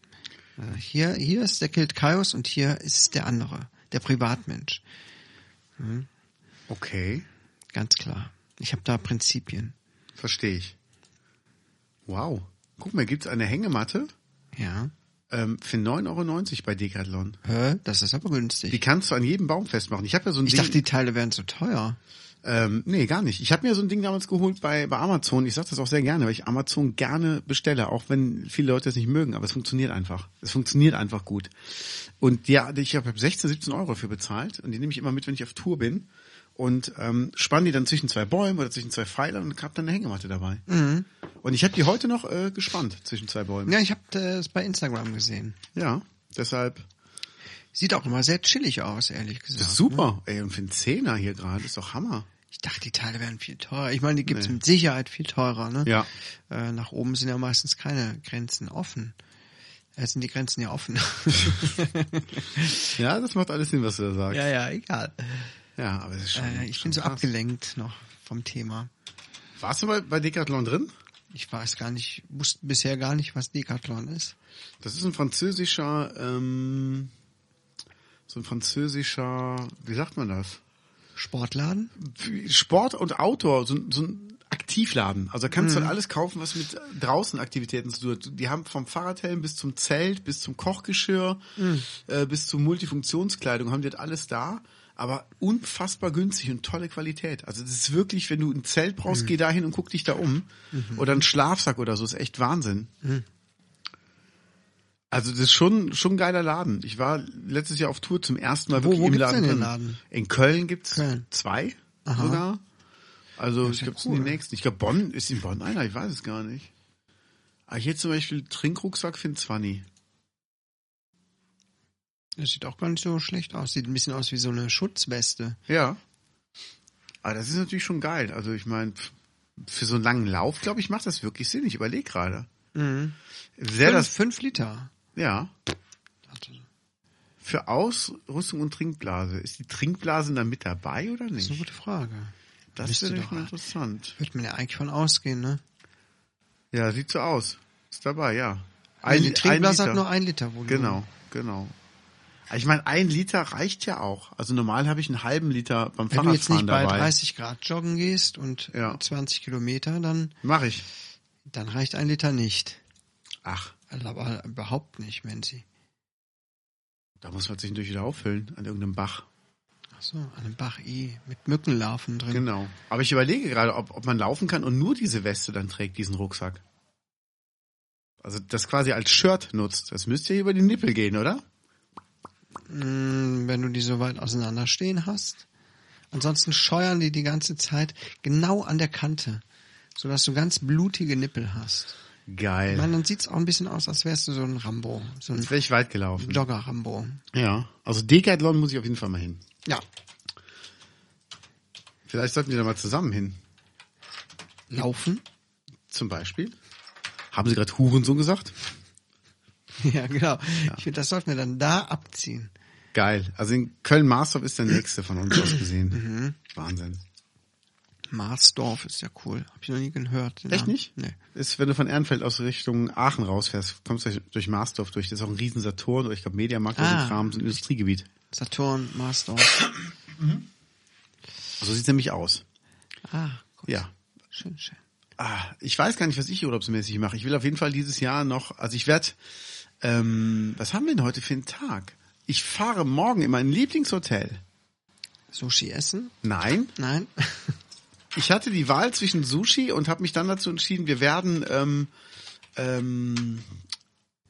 [SPEAKER 1] Äh, hier, hier ist der Kilt Kaios und hier ist der andere, der Privatmensch.
[SPEAKER 2] Okay.
[SPEAKER 1] Ganz klar. Ich habe da Prinzipien.
[SPEAKER 2] Verstehe ich. Wow. Guck mal, gibt's eine Hängematte
[SPEAKER 1] Ja.
[SPEAKER 2] ähm, für 9,90 Euro bei Decathlon.
[SPEAKER 1] Hä? Das ist aber günstig.
[SPEAKER 2] Die kannst du an jedem Baum festmachen. Ich habe ja so ein
[SPEAKER 1] ich
[SPEAKER 2] Ding.
[SPEAKER 1] dachte, die Teile wären zu teuer.
[SPEAKER 2] ähm, nee, gar nicht. Ich habe mir so ein Ding damals geholt bei, bei Amazon. Ich sage das auch sehr gerne, weil ich Amazon gerne bestelle, auch wenn viele Leute es nicht mögen. Aber es funktioniert einfach. Es funktioniert einfach gut. Und ja, ich habe 16, 17 Euro für bezahlt und die nehme ich immer mit, wenn ich auf Tour bin und ähm, spann die dann zwischen zwei Bäumen oder zwischen zwei Pfeilern und hab dann eine Hängematte dabei.
[SPEAKER 1] Mhm.
[SPEAKER 2] Und ich habe die heute noch äh, gespannt zwischen zwei Bäumen.
[SPEAKER 1] Ja, ich habe das bei Instagram gesehen.
[SPEAKER 2] ja deshalb
[SPEAKER 1] Sieht auch immer sehr chillig aus, ehrlich gesagt.
[SPEAKER 2] Super, hm, ey, und für einen Zehner hier gerade ist doch Hammer.
[SPEAKER 1] Ich dachte, die Teile wären viel teurer. Ich meine, die gibt's mit Sicherheit viel teurer, ne?
[SPEAKER 2] Ja.
[SPEAKER 1] Äh, nach oben sind ja meistens keine Grenzen offen. Äh, sind die Grenzen ja offen.
[SPEAKER 2] Ja, das macht alles Sinn, was du da sagst. Ja,
[SPEAKER 1] ja, egal.
[SPEAKER 2] aber es ist schon.
[SPEAKER 1] Äh, ich bin
[SPEAKER 2] schon
[SPEAKER 1] so
[SPEAKER 2] krass.
[SPEAKER 1] abgelenkt noch vom Thema.
[SPEAKER 2] Warst du mal bei Decathlon drin?
[SPEAKER 1] Ich weiß gar nicht, wusste bisher gar nicht, was Decathlon ist.
[SPEAKER 2] Das ist ein französischer, ähm, so ein französischer, wie sagt man das?
[SPEAKER 1] Sportladen?
[SPEAKER 2] Sport und Outdoor, so, ein- so ein Aktivladen. Also da kannst
[SPEAKER 1] Mhm.
[SPEAKER 2] du halt alles kaufen, was mit draußen Aktivitäten zu tun hat. Die haben vom Fahrradhelm bis zum Zelt, bis zum Kochgeschirr,
[SPEAKER 1] Mhm.
[SPEAKER 2] äh, bis zur Multifunktionskleidung, haben die halt alles da. Aber unfassbar günstig und tolle Qualität. Also das ist wirklich, wenn du ein Zelt
[SPEAKER 1] Mhm.
[SPEAKER 2] brauchst, geh da hin und guck dich da um. Oder einen Schlafsack oder so, ist echt Wahnsinn.
[SPEAKER 1] Mhm.
[SPEAKER 2] Also das ist schon, schon ein geiler Laden. Ich war letztes Jahr auf Tour zum ersten Mal
[SPEAKER 1] Wo-
[SPEAKER 2] wirklich
[SPEAKER 1] wo
[SPEAKER 2] im
[SPEAKER 1] gibt's denn
[SPEAKER 2] Laden.
[SPEAKER 1] den
[SPEAKER 2] drin.
[SPEAKER 1] Laden?
[SPEAKER 2] In Köln gibt's
[SPEAKER 1] Köln.
[SPEAKER 2] zwei sogar. Also ich glaube, es sind die nächsten. Ich glaube, Bonn ist in Bonn einer, ich weiß es gar nicht. Aber hier zum Beispiel Trinkrucksack für 20.
[SPEAKER 1] Das sieht auch gar nicht so schlecht aus. Sieht ein bisschen aus wie so eine Schutzweste.
[SPEAKER 2] Ja. Aber das ist natürlich schon geil. Also ich meine, für so einen langen Lauf, glaube ich, macht das wirklich Sinn. Ich überlege gerade.
[SPEAKER 1] Mhm.
[SPEAKER 2] Sehr
[SPEAKER 1] fünf,
[SPEAKER 2] das,
[SPEAKER 1] fünf Liter.
[SPEAKER 2] ja. Für Ausrüstung und Trinkblase. Ist die Trinkblase dann mit dabei oder
[SPEAKER 1] Das ist eine
[SPEAKER 2] nicht?
[SPEAKER 1] gute Frage.
[SPEAKER 2] Das ist
[SPEAKER 1] Müsste
[SPEAKER 2] natürlich
[SPEAKER 1] doch-
[SPEAKER 2] mal interessant.
[SPEAKER 1] Wird man ja eigentlich von ausgehen, ne?
[SPEAKER 2] Ja, sieht so aus. Ist dabei, ja.
[SPEAKER 1] Ein,
[SPEAKER 2] Li-
[SPEAKER 1] die Trinkblase hat
[SPEAKER 2] Liter.
[SPEAKER 1] nur ein Liter Volumen.
[SPEAKER 2] Genau, genau. Aber Ich meine, ein Liter reicht ja auch. Also normal habe ich einen halben Liter beim
[SPEAKER 1] Wenn du jetzt
[SPEAKER 2] Fahrradfahren
[SPEAKER 1] nicht bei
[SPEAKER 2] dabei.
[SPEAKER 1] 30 Grad joggen gehst und
[SPEAKER 2] Ja.
[SPEAKER 1] 20 Kilometer, dann,
[SPEAKER 2] Mache ich.
[SPEAKER 1] dann reicht ein Liter nicht. Also,
[SPEAKER 2] Ach,
[SPEAKER 1] Aber überhaupt nicht, Menzi.
[SPEAKER 2] da muss man zwischendurch wieder auffüllen an irgendeinem Bach.
[SPEAKER 1] Ach so, an einem Bach eh, mit Mückenlarven drin.
[SPEAKER 2] Genau. Aber ich überlege gerade, ob, ob man laufen kann und nur diese Weste dann trägt, diesen Rucksack. Also das quasi als Shirt nutzt. Das müsste ja über die Nippel gehen, oder?
[SPEAKER 1] Mm, wenn du die so weit auseinanderstehen hast. Ansonsten scheuern die die ganze Zeit genau an der Kante, sodass du ganz blutige Nippel hast. Ich
[SPEAKER 2] Geil.
[SPEAKER 1] meine, dann sieht's auch ein bisschen aus, als wärst du so ein Rambo, so ein
[SPEAKER 2] Jetzt wäre ich weit gelaufen.
[SPEAKER 1] Jogger-Rambo.
[SPEAKER 2] Ja. Also Decathlon muss ich auf jeden Fall mal hin.
[SPEAKER 1] Ja,
[SPEAKER 2] Vielleicht sollten wir da mal zusammen hin.
[SPEAKER 1] laufen.
[SPEAKER 2] Zum Beispiel. Haben Sie gerade Hurensohn gesagt?
[SPEAKER 1] Ja, genau. Ich finde, das sollten wir dann da abziehen.
[SPEAKER 2] Geil. Also in Köln-Marsdorf ist der nächste von uns aus
[SPEAKER 1] Mhm.
[SPEAKER 2] gesehen. Wahnsinn.
[SPEAKER 1] Marsdorf ist ja cool. Hab ich noch nie gehört. den
[SPEAKER 2] Echt
[SPEAKER 1] Namen.
[SPEAKER 2] nicht?
[SPEAKER 1] Nee.
[SPEAKER 2] Ist, wenn du von Ehrenfeld aus Richtung Aachen rausfährst, kommst du durch, durch Marsdorf durch. Das ist auch ein riesen Saturn oder ich glaube Mediamarkt oder so
[SPEAKER 1] Ah.
[SPEAKER 2] ein Kram, so ein Industriegebiet.
[SPEAKER 1] Saturn, Marsdorf.
[SPEAKER 2] So Also sieht's nämlich aus.
[SPEAKER 1] Ah, gut.
[SPEAKER 2] Ja.
[SPEAKER 1] Schön, schön.
[SPEAKER 2] Ah, ich weiß gar nicht, was ich urlaubsmäßig mache. Ich will auf jeden Fall dieses Jahr noch, also ich werde, ähm, was haben wir denn heute für einen Tag? Ich fahre morgen in mein Lieblingshotel.
[SPEAKER 1] Sushi essen?
[SPEAKER 2] Nein,
[SPEAKER 1] Nein.
[SPEAKER 2] ich hatte die Wahl zwischen Sushi und habe mich dann dazu entschieden, wir werden, ähm, ähm,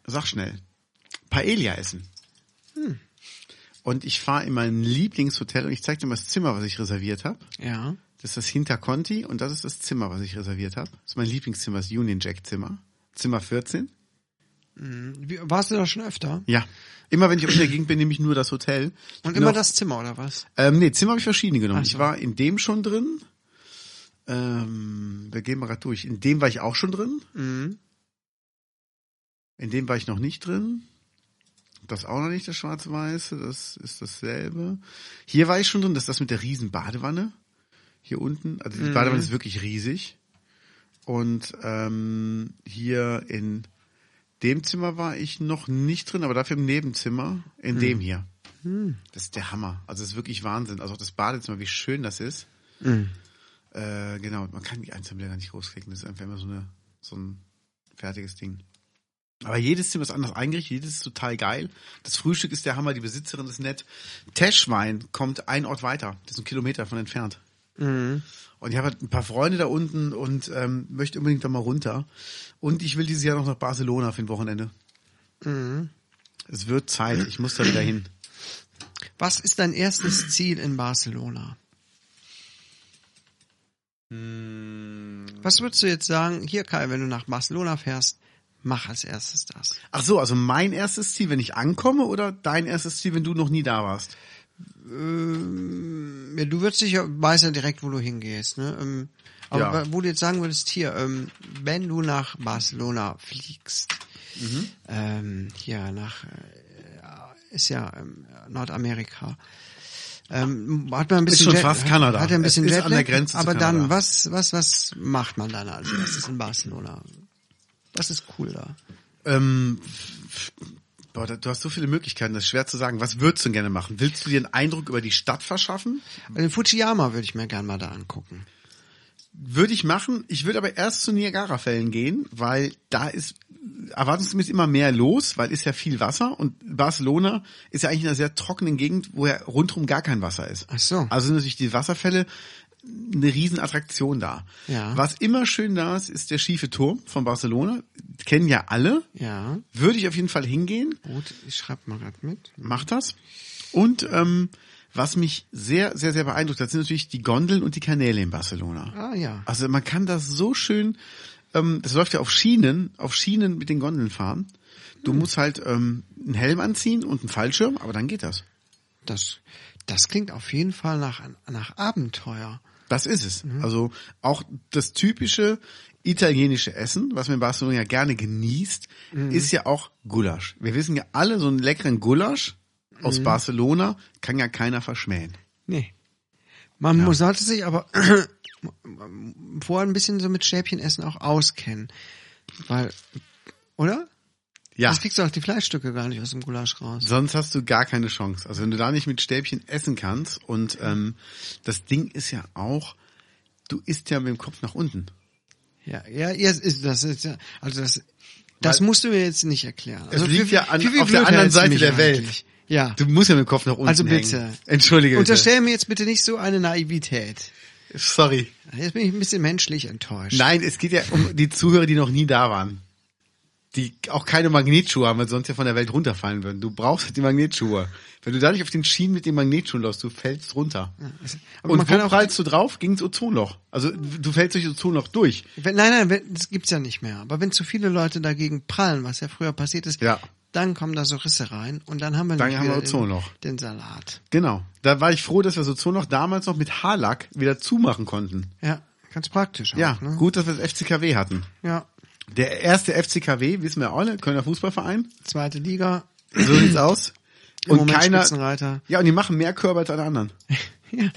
[SPEAKER 2] sag schnell, Paella essen. Hm. Und ich fahre in mein Lieblingshotel und ich zeig dir mal das Zimmer, was ich reserviert habe.
[SPEAKER 1] Ja.
[SPEAKER 2] Das ist das Hinterconti und das ist das Zimmer, was ich reserviert habe. Das ist mein Lieblingszimmer, das Union Jack Zimmer. Zimmer 14.
[SPEAKER 1] Mm. Wie, warst du da schon öfter?
[SPEAKER 2] Ja. Immer wenn ich auf der Gegend bin, nehme ich nur das Hotel.
[SPEAKER 1] Und
[SPEAKER 2] Ich
[SPEAKER 1] immer
[SPEAKER 2] bin auch-
[SPEAKER 1] das Zimmer, oder was?
[SPEAKER 2] Ähm, nee, Zimmer habe ich verschiedene genommen.
[SPEAKER 1] Ach so.
[SPEAKER 2] Ich war in dem schon drin. Ähm, wir gehen mal gerade durch. In dem war ich auch schon drin.
[SPEAKER 1] Mhm.
[SPEAKER 2] In dem war ich noch nicht drin. Das auch noch nicht, das schwarz-weiße. Das ist dasselbe. Hier war ich schon drin. Das ist das mit der riesen Badewanne. Hier unten. Also die Badewanne ist wirklich riesig. Und ähm, hier in dem Zimmer war ich noch nicht drin, aber dafür im Nebenzimmer. In dem hier. Das ist der Hammer. Also das ist wirklich Wahnsinn. Also auch das Badezimmer, wie schön das ist.
[SPEAKER 1] Mhm.
[SPEAKER 2] Äh, genau, man kann die einzelnen Bilder nicht großklicken. Das ist einfach immer so, eine, so ein fertiges Ding. Aber jedes Zimmer ist anders eingerichtet, jedes ist total geil. Das Frühstück ist der Hammer, die Besitzerin ist nett. Teschwein kommt einen Ort weiter, das ist ein Kilometer von entfernt.
[SPEAKER 1] Mhm.
[SPEAKER 2] Und ich habe halt ein paar Freunde da unten und ähm, möchte unbedingt da mal runter. Und ich will dieses Jahr noch nach Barcelona für ein Wochenende. Es wird Zeit, ich muss da wieder hin.
[SPEAKER 1] Was ist dein erstes Ziel in Barcelona? Was würdest du jetzt sagen, hier Kai, wenn du nach Barcelona fährst, mach als erstes das.
[SPEAKER 2] Ach so, also mein erstes Ziel, wenn ich ankomme oder dein erstes Ziel, wenn du noch nie da warst?
[SPEAKER 1] Ja, du würdest dich ja, weißt ja direkt, wo du hingehst, ne? Ähm, aber
[SPEAKER 2] Ja.
[SPEAKER 1] wo du jetzt sagen würdest, hier, ähm, wenn du nach Barcelona fliegst,
[SPEAKER 2] Mhm.
[SPEAKER 1] ähm, hier nach, äh, ist ja ähm, Nordamerika. Ähm, hat man ein bisschen
[SPEAKER 2] schon
[SPEAKER 1] Jet-
[SPEAKER 2] fast
[SPEAKER 1] hat-
[SPEAKER 2] Kanada.
[SPEAKER 1] Hat ja ein
[SPEAKER 2] Es
[SPEAKER 1] bisschen
[SPEAKER 2] ist
[SPEAKER 1] Jetlag,
[SPEAKER 2] an der Grenze zu
[SPEAKER 1] aber dann
[SPEAKER 2] Kanada.
[SPEAKER 1] was was was macht man dann als erstes in Barcelona? Was ist cool da?
[SPEAKER 2] Ähm, boah, da- du hast so viele Möglichkeiten, das ist schwer zu sagen. Was würdest du denn gerne machen? Willst du dir einen Eindruck über die Stadt verschaffen?
[SPEAKER 1] Also Fujiyama würde ich mir gern mal da angucken.
[SPEAKER 2] Würde ich machen. Ich würde aber erst zu Niagara-Fällen gehen, weil da ist erwartungsgemäß immer mehr los, weil ist ja viel Wasser und Barcelona ist ja eigentlich in einer sehr trockenen Gegend, wo ja rundherum gar kein Wasser ist.
[SPEAKER 1] Ach so.
[SPEAKER 2] Also sind natürlich die Wasserfälle eine Riesenattraktion da.
[SPEAKER 1] Ja.
[SPEAKER 2] Was immer schön da ist, ist der schiefe Turm von Barcelona. Kennen ja alle.
[SPEAKER 1] Ja,
[SPEAKER 2] Würde ich auf jeden Fall hingehen.
[SPEAKER 1] gut, ich schreibe mal grad mit.
[SPEAKER 2] macht das. Und ähm, was mich sehr, sehr, sehr beeindruckt hat, sind natürlich die Gondeln und die Kanäle in Barcelona.
[SPEAKER 1] Ah ja.
[SPEAKER 2] Also man kann das so schön, ähm, das läuft ja auf Schienen, auf Schienen mit den Gondeln fahren.
[SPEAKER 1] Hm.
[SPEAKER 2] Du musst halt ähm, einen Helm anziehen und einen Fallschirm, aber dann geht das.
[SPEAKER 1] Das, das klingt auf jeden Fall nach, nach Abenteuer.
[SPEAKER 2] Das ist es.
[SPEAKER 1] Mhm.
[SPEAKER 2] Also auch das typische italienische Essen, was man in Barcelona ja gerne genießt,
[SPEAKER 1] Mhm.
[SPEAKER 2] ist ja auch Gulasch. Wir wissen ja alle, so einen leckeren Gulasch aus
[SPEAKER 1] Mhm.
[SPEAKER 2] Barcelona kann ja keiner verschmähen.
[SPEAKER 1] Nee. Man muss, sollte sich aber vorher ein bisschen so mit Schäbchenessen auch auskennen. Weil, oder?
[SPEAKER 2] Ja.
[SPEAKER 1] Das kriegst du auch die Fleischstücke gar nicht aus dem Gulasch raus.
[SPEAKER 2] Sonst hast du gar keine Chance. Also wenn du da nicht mit Stäbchen essen kannst und ähm, das Ding ist ja auch, du isst ja mit dem Kopf nach unten.
[SPEAKER 1] Ja, ja, ja, es ist, das ist ja, also das, das musst du mir jetzt nicht erklären. Also
[SPEAKER 2] liegt
[SPEAKER 1] für-
[SPEAKER 2] ja an-
[SPEAKER 1] für wie
[SPEAKER 2] auf der
[SPEAKER 1] blöd
[SPEAKER 2] anderen
[SPEAKER 1] hältst du
[SPEAKER 2] Seite
[SPEAKER 1] mich
[SPEAKER 2] der Welt.
[SPEAKER 1] eigentlich? Ja.
[SPEAKER 2] Du musst ja mit dem Kopf nach unten
[SPEAKER 1] Also bitte.
[SPEAKER 2] Hängen. Entschuldige bitte.
[SPEAKER 1] Unterstell mir jetzt bitte nicht so eine Naivität.
[SPEAKER 2] Sorry.
[SPEAKER 1] Jetzt bin ich ein bisschen menschlich enttäuscht.
[SPEAKER 2] Nein, es geht ja um die Zuhörer, die noch nie da waren. Die auch keine Magnetschuhe haben, weil sonst ja von der Welt runterfallen würden. Du brauchst halt die Magnetschuhe. Wenn du da nicht auf den Schienen mit den Magnetschuhen läufst, du fällst runter.
[SPEAKER 1] aber man
[SPEAKER 2] und
[SPEAKER 1] kann
[SPEAKER 2] wo
[SPEAKER 1] auch-
[SPEAKER 2] prallst du drauf? Gegen das Ozonloch. Also du fällst durch das Ozonloch durch.
[SPEAKER 1] Wenn, nein, nein, wenn, das gibt's ja nicht mehr. Aber wenn zu viele Leute dagegen prallen, was ja früher passiert ist,
[SPEAKER 2] Ja.
[SPEAKER 1] dann kommen da so Risse rein und dann haben wir
[SPEAKER 2] Dann
[SPEAKER 1] nicht
[SPEAKER 2] haben wir
[SPEAKER 1] wieder
[SPEAKER 2] Ozonloch.
[SPEAKER 1] Den, den Salat.
[SPEAKER 2] Genau. Da war ich froh, dass wir Sozon noch damals noch mit Haarlack wieder zumachen konnten.
[SPEAKER 1] Ja, ganz praktisch. Auch,
[SPEAKER 2] Ja,
[SPEAKER 1] ne?
[SPEAKER 2] gut, dass wir das FCKW hatten.
[SPEAKER 1] Ja,
[SPEAKER 2] Der erste FCKW, wissen wir alle, Kölner Fußballverein.
[SPEAKER 1] zweite Liga.
[SPEAKER 2] So sieht's aus.
[SPEAKER 1] Im Moment Spitzenreiter.
[SPEAKER 2] Ja, und die machen mehr Körbe als alle anderen.
[SPEAKER 1] ja,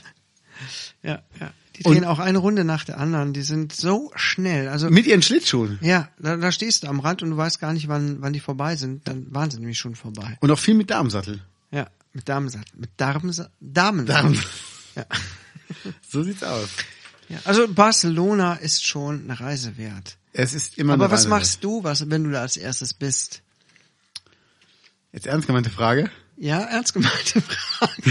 [SPEAKER 1] ja, ja. Die
[SPEAKER 2] Und-
[SPEAKER 1] drehen auch eine Runde nach der anderen. Die sind so schnell. Also
[SPEAKER 2] Mit ihren Schlittschuhen.
[SPEAKER 1] ja, da, da stehst du am Rand und du weißt gar nicht, wann, wann die vorbei sind. Dann waren sie nämlich schon vorbei.
[SPEAKER 2] Und auch viel mit Darmsattel.
[SPEAKER 1] Ja, mit Damensatz. Mit Darmensatz. Damen.
[SPEAKER 2] Darm.
[SPEAKER 1] Ja.
[SPEAKER 2] So sieht's aus.
[SPEAKER 1] Ja. Also Barcelona ist schon eine Reise wert.
[SPEAKER 2] Es ist immer
[SPEAKER 1] Aber
[SPEAKER 2] eine
[SPEAKER 1] was
[SPEAKER 2] Reise
[SPEAKER 1] machst du, was, wenn du da als erstes bist?
[SPEAKER 2] wert. Jetzt ernst gemeinte Frage.
[SPEAKER 1] Ja, ernst gemeinte Frage.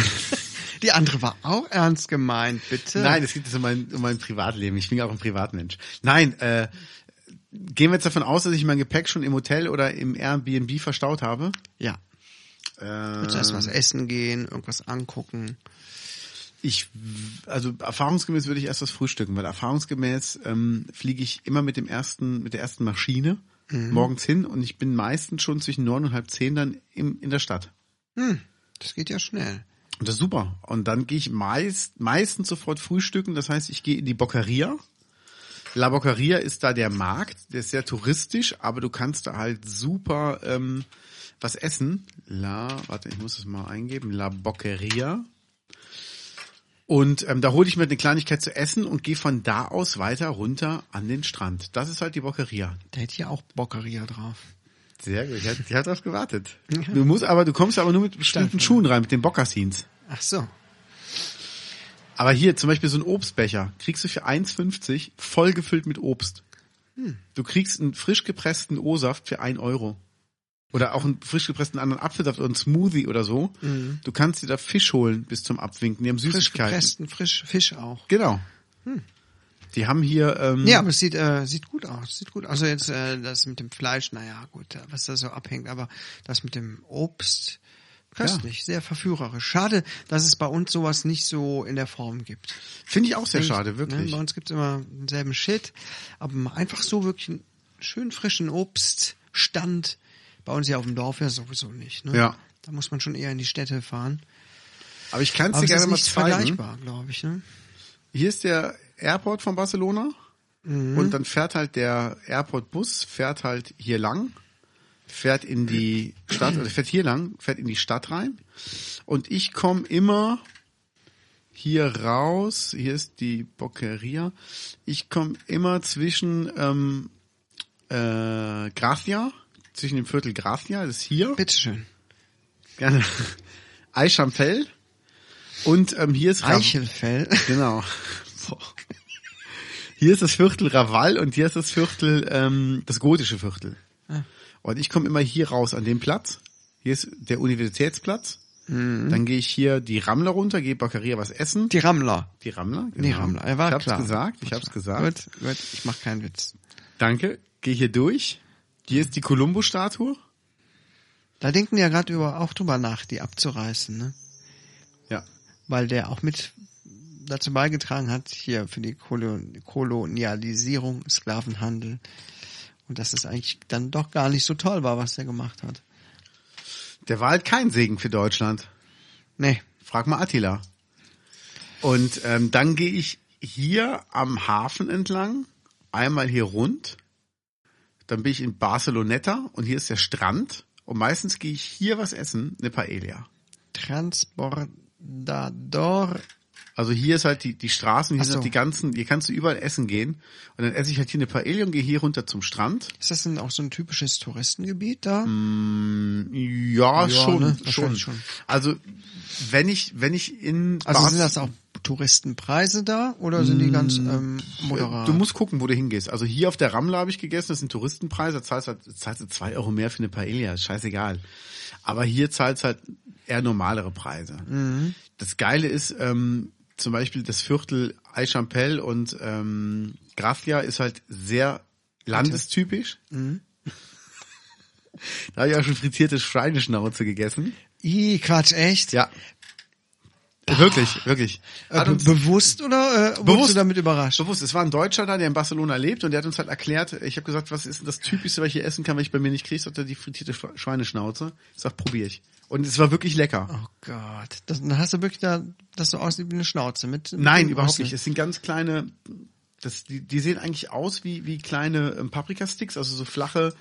[SPEAKER 1] Die andere war auch ernst gemeint, bitte.
[SPEAKER 2] Nein, es geht jetzt um mein, um mein Privatleben. Ich bin ja auch ein Privatmensch. Nein, äh, gehen wir jetzt davon aus, dass ich mein Gepäck schon im Hotel oder im Airbnb verstaut habe.
[SPEAKER 1] Ja.
[SPEAKER 2] Äh,
[SPEAKER 1] Willst du erst was essen gehen, irgendwas angucken?
[SPEAKER 2] ich, w- also erfahrungsgemäß würde ich erst was frühstücken, weil erfahrungsgemäß ähm, fliege ich immer mit dem ersten, mit der ersten Maschine morgens hin und ich bin meistens schon zwischen neun und halb zehn dann im, in der Stadt.
[SPEAKER 1] Hm, das geht ja schnell.
[SPEAKER 2] Und das ist super. Und dann gehe ich meist, meistens sofort frühstücken. Das heißt, ich gehe in die Boccheria. La Boccheria ist da der Markt. Der ist sehr touristisch, aber du kannst da halt super ähm, was essen. La, warte, ich muss das mal eingeben. La Boccheria. Und ähm, da hole ich mir eine Kleinigkeit zu essen und gehe von da aus weiter runter an den Strand. Das ist halt die Boccheria.
[SPEAKER 1] Da hätte ich ja auch Bockeria drauf.
[SPEAKER 2] Sehr gut. Ich habe hab drauf gewartet. Du musst aber, du kommst aber nur mit bestimmten Schuhen rein, mit den Boccasins.
[SPEAKER 1] Ach so.
[SPEAKER 2] Aber hier zum Beispiel so ein Obstbecher kriegst du für 1,50 voll gefüllt mit Obst.
[SPEAKER 1] Hm.
[SPEAKER 2] Du kriegst einen frisch gepressten O-Saft für 1 Euro. Oder auch einen frisch gepressten anderen Apfelsaft oder einen Smoothie oder so. Du kannst dir da Fisch holen bis zum Abwinken. Die haben
[SPEAKER 1] Mhm. Frisch
[SPEAKER 2] Süßigkeiten.
[SPEAKER 1] gepressten, frisch Fisch auch.
[SPEAKER 2] Genau. Die haben hier, ähm,
[SPEAKER 1] Ja, aber es sieht, äh, sieht gut aus. Sieht gut. Also jetzt äh, das mit dem Fleisch, naja, gut, äh, was da so abhängt, aber das mit dem Obst, köstlich, sehr verführerisch. Schade, dass es bei uns sowas nicht so in der Form gibt.
[SPEAKER 2] finde ich auch sehr schade,
[SPEAKER 1] Ne,
[SPEAKER 2] wirklich.
[SPEAKER 1] bei uns gibt's immer denselben Shit, aber mal einfach so wirklich einen schön frischen Obststand. Bei uns hier auf dem Dorf ja sowieso nicht. Ne?
[SPEAKER 2] Ja.
[SPEAKER 1] Da muss man schon eher in die Städte fahren.
[SPEAKER 2] aber ich kann es
[SPEAKER 1] Aber
[SPEAKER 2] dir
[SPEAKER 1] es
[SPEAKER 2] gerne
[SPEAKER 1] ist
[SPEAKER 2] mal
[SPEAKER 1] nicht
[SPEAKER 2] zeigen.
[SPEAKER 1] vergleichbar, glaube ich. Ne?
[SPEAKER 2] Hier ist der Airport von Barcelona. Und dann fährt halt der Airport-Bus, fährt halt hier lang, fährt in die Stadt, oder fährt hier lang, fährt in die Stadt rein. Und ich komme immer hier raus, hier ist die Boccheria, ich komme immer zwischen ähm, äh, Gracia, zwischen dem Viertel Gracia, das ist hier,
[SPEAKER 1] Bitteschön.
[SPEAKER 2] gerne, Eichampel und ähm, hier ist Rav-
[SPEAKER 1] Eichelfell.
[SPEAKER 2] Genau. Boah. Hier ist das Viertel Raval und hier ist das Viertel, ähm, das gotische Viertel.
[SPEAKER 1] Ah.
[SPEAKER 2] Und ich komme immer hier raus an den Platz. Hier ist der Universitätsplatz. Dann gehe ich hier die Rammler runter, gehe Baccaria was essen.
[SPEAKER 1] Mhm. Die Rammler.
[SPEAKER 2] Die Rammler? Genau.
[SPEAKER 1] Nee, Rammler. Er war
[SPEAKER 2] ich hab's
[SPEAKER 1] klar.
[SPEAKER 2] gesagt, ich hab's gesagt.
[SPEAKER 1] Gut, gut, ich mach keinen Witz.
[SPEAKER 2] Danke. Gehe hier durch. Hier ist die Columbo-Statue.
[SPEAKER 1] Da denken die ja gerade über auch drüber nach, die abzureißen, ne?
[SPEAKER 2] Ja.
[SPEAKER 1] Weil der auch mit dazu beigetragen hat, hier für die Kolon- Kolonialisierung, Sklavenhandel. Und dass es eigentlich dann doch gar nicht so toll war, was der gemacht hat.
[SPEAKER 2] Der war halt kein Segen für Deutschland.
[SPEAKER 1] Nee.
[SPEAKER 2] Frag mal Attila. Und ähm, dann gehe ich hier am Hafen entlang, einmal hier rund, dann bin ich in Barceloneta und hier ist der Strand und meistens gehe ich hier was essen, eine Paella.
[SPEAKER 1] Transbordador.
[SPEAKER 2] Also hier ist halt die, die Straßen, hier
[SPEAKER 1] Ach
[SPEAKER 2] sind halt
[SPEAKER 1] so.
[SPEAKER 2] die ganzen, hier kannst du überall essen gehen und dann esse ich halt hier eine Paella und gehe hier runter zum Strand.
[SPEAKER 1] Ist das denn auch so ein typisches Touristengebiet da?
[SPEAKER 2] Hm, Ja,
[SPEAKER 1] Ja,
[SPEAKER 2] schon,
[SPEAKER 1] ne?
[SPEAKER 2] schon,
[SPEAKER 1] Wahrscheinlich schon.
[SPEAKER 2] Also wenn ich, wenn ich in
[SPEAKER 1] Also
[SPEAKER 2] Bar-
[SPEAKER 1] sind das auch Touristenpreise da oder sind die ganz ähm, moderat?
[SPEAKER 2] Hm, Äh, Du musst gucken, wo du hingehst. Also hier auf der Ramla habe ich gegessen, das sind Touristenpreise, da zahlst, du halt, zahlst du zwei Euro mehr für eine Paella, ist scheißegal. Aber hier zahlst du halt eher normalere Preise. Das Geile ist, ähm, zum Beispiel das Viertel Eichampel und ähm, Gracia ist halt sehr landestypisch. Da habe ich auch schon frittierte Schweineschnauze gegessen.
[SPEAKER 1] Ih, Quatsch, echt?
[SPEAKER 2] Ja. Wirklich, wirklich.
[SPEAKER 1] Äh,
[SPEAKER 2] Hat
[SPEAKER 1] be
[SPEAKER 2] uns-
[SPEAKER 1] bewusst oder äh, wurdest du damit überrascht?
[SPEAKER 2] Bewusst, es war ein Deutscher da, der in Barcelona lebt und der hat uns halt erklärt, ich habe gesagt, was ist denn das Typischste, was ich hier essen kann, weil ich bei mir nicht kriege, sagt er die frittierte Schwe- Schweineschnauze. Ich sag, probier ich. Und es war wirklich lecker.
[SPEAKER 1] Oh Gott, das, dann hast du wirklich da, das so aussieht wie eine Schnauze mit. mit
[SPEAKER 2] Nein,
[SPEAKER 1] dem
[SPEAKER 2] überhaupt
[SPEAKER 1] Außen.
[SPEAKER 2] nicht. Es sind ganz kleine, das, die, die sehen eigentlich aus wie, wie kleine ähm, Paprikasticks, also so flache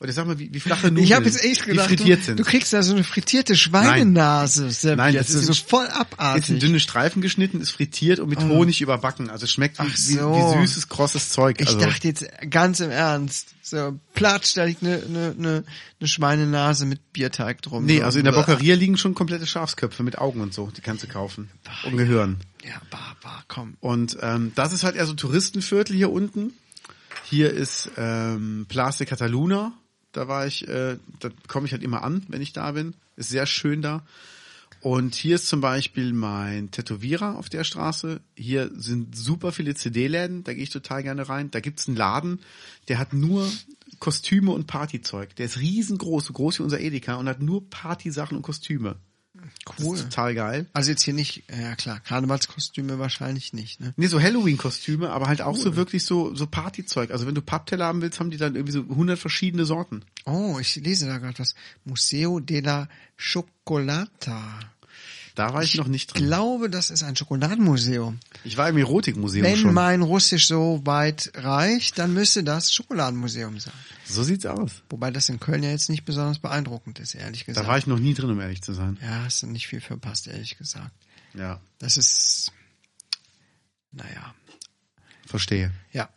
[SPEAKER 2] Und ich sag mal, wie, wie flache Nudeln,
[SPEAKER 1] Ich habe jetzt echt gedacht,
[SPEAKER 2] die frittiert
[SPEAKER 1] du,
[SPEAKER 2] sind.
[SPEAKER 1] du kriegst da so eine frittierte Schweinenase. serviert.
[SPEAKER 2] Nein, das ist
[SPEAKER 1] so
[SPEAKER 2] ein-
[SPEAKER 1] voll
[SPEAKER 2] ist in
[SPEAKER 1] abartig. Ah.
[SPEAKER 2] dünne Streifen geschnitten, ist frittiert und mit Honig überbacken. Also schmeckt wie,
[SPEAKER 1] Ach
[SPEAKER 2] wie-
[SPEAKER 1] so.
[SPEAKER 2] wie süßes, krosses Zeug.
[SPEAKER 1] Ich
[SPEAKER 2] also,
[SPEAKER 1] dachte jetzt ganz im Ernst, so platsch, da liegt eine ne, ne, ne Schweinenase mit Bierteig drum.
[SPEAKER 2] nee,
[SPEAKER 1] So.
[SPEAKER 2] also in der
[SPEAKER 1] Bäh.
[SPEAKER 2] Bockeria liegen schon komplette Schafsköpfe mit Augen und so. Die kannst du kaufen. Und Gehirn.
[SPEAKER 1] Ja, bah, bah, komm.
[SPEAKER 2] Und ähm, das ist halt eher so Touristenviertel hier unten. Hier ist ähm, Place de Cataluna. Da war ich, äh, da komme ich halt immer an, wenn ich da bin. Ist sehr schön da. Und hier ist zum Beispiel mein Tätowierer auf der Straße. Hier sind super viele CD-Läden, da gehe ich total gerne rein. Da gibt's einen Laden, der hat nur Kostüme und Partyzeug. Der ist riesengroß, so groß wie unser Edeka und hat nur Partysachen und Kostüme. Das
[SPEAKER 1] Cool.
[SPEAKER 2] ist total geil.
[SPEAKER 1] Also jetzt hier nicht, ja klar, Karnevalskostüme wahrscheinlich nicht, ne?
[SPEAKER 2] Nee, so Halloween-Kostüme, aber halt auch so wirklich so, so Partyzeug. Also wenn du Pappteller haben willst, haben die dann irgendwie so 100 verschiedene Sorten.
[SPEAKER 1] Oh, ich lese da gerade was. Museo della Chocolata.
[SPEAKER 2] Da war ich, noch nicht
[SPEAKER 1] Ich
[SPEAKER 2] drin.
[SPEAKER 1] glaube, das ist ein Schokoladenmuseum.
[SPEAKER 2] Ich war im Erotikmuseum
[SPEAKER 1] Wenn
[SPEAKER 2] schon.
[SPEAKER 1] mein Russisch so weit reicht, dann müsste das Schokoladenmuseum sein.
[SPEAKER 2] So sieht's aus.
[SPEAKER 1] Wobei das in Köln ja jetzt nicht besonders beeindruckend ist, ehrlich
[SPEAKER 2] Da
[SPEAKER 1] gesagt.
[SPEAKER 2] war ich noch nie drin, um ehrlich zu sein.
[SPEAKER 1] ja, hast du nicht viel verpasst, ehrlich gesagt.
[SPEAKER 2] Ja,
[SPEAKER 1] Das ist, naja,
[SPEAKER 2] verstehe.
[SPEAKER 1] ja.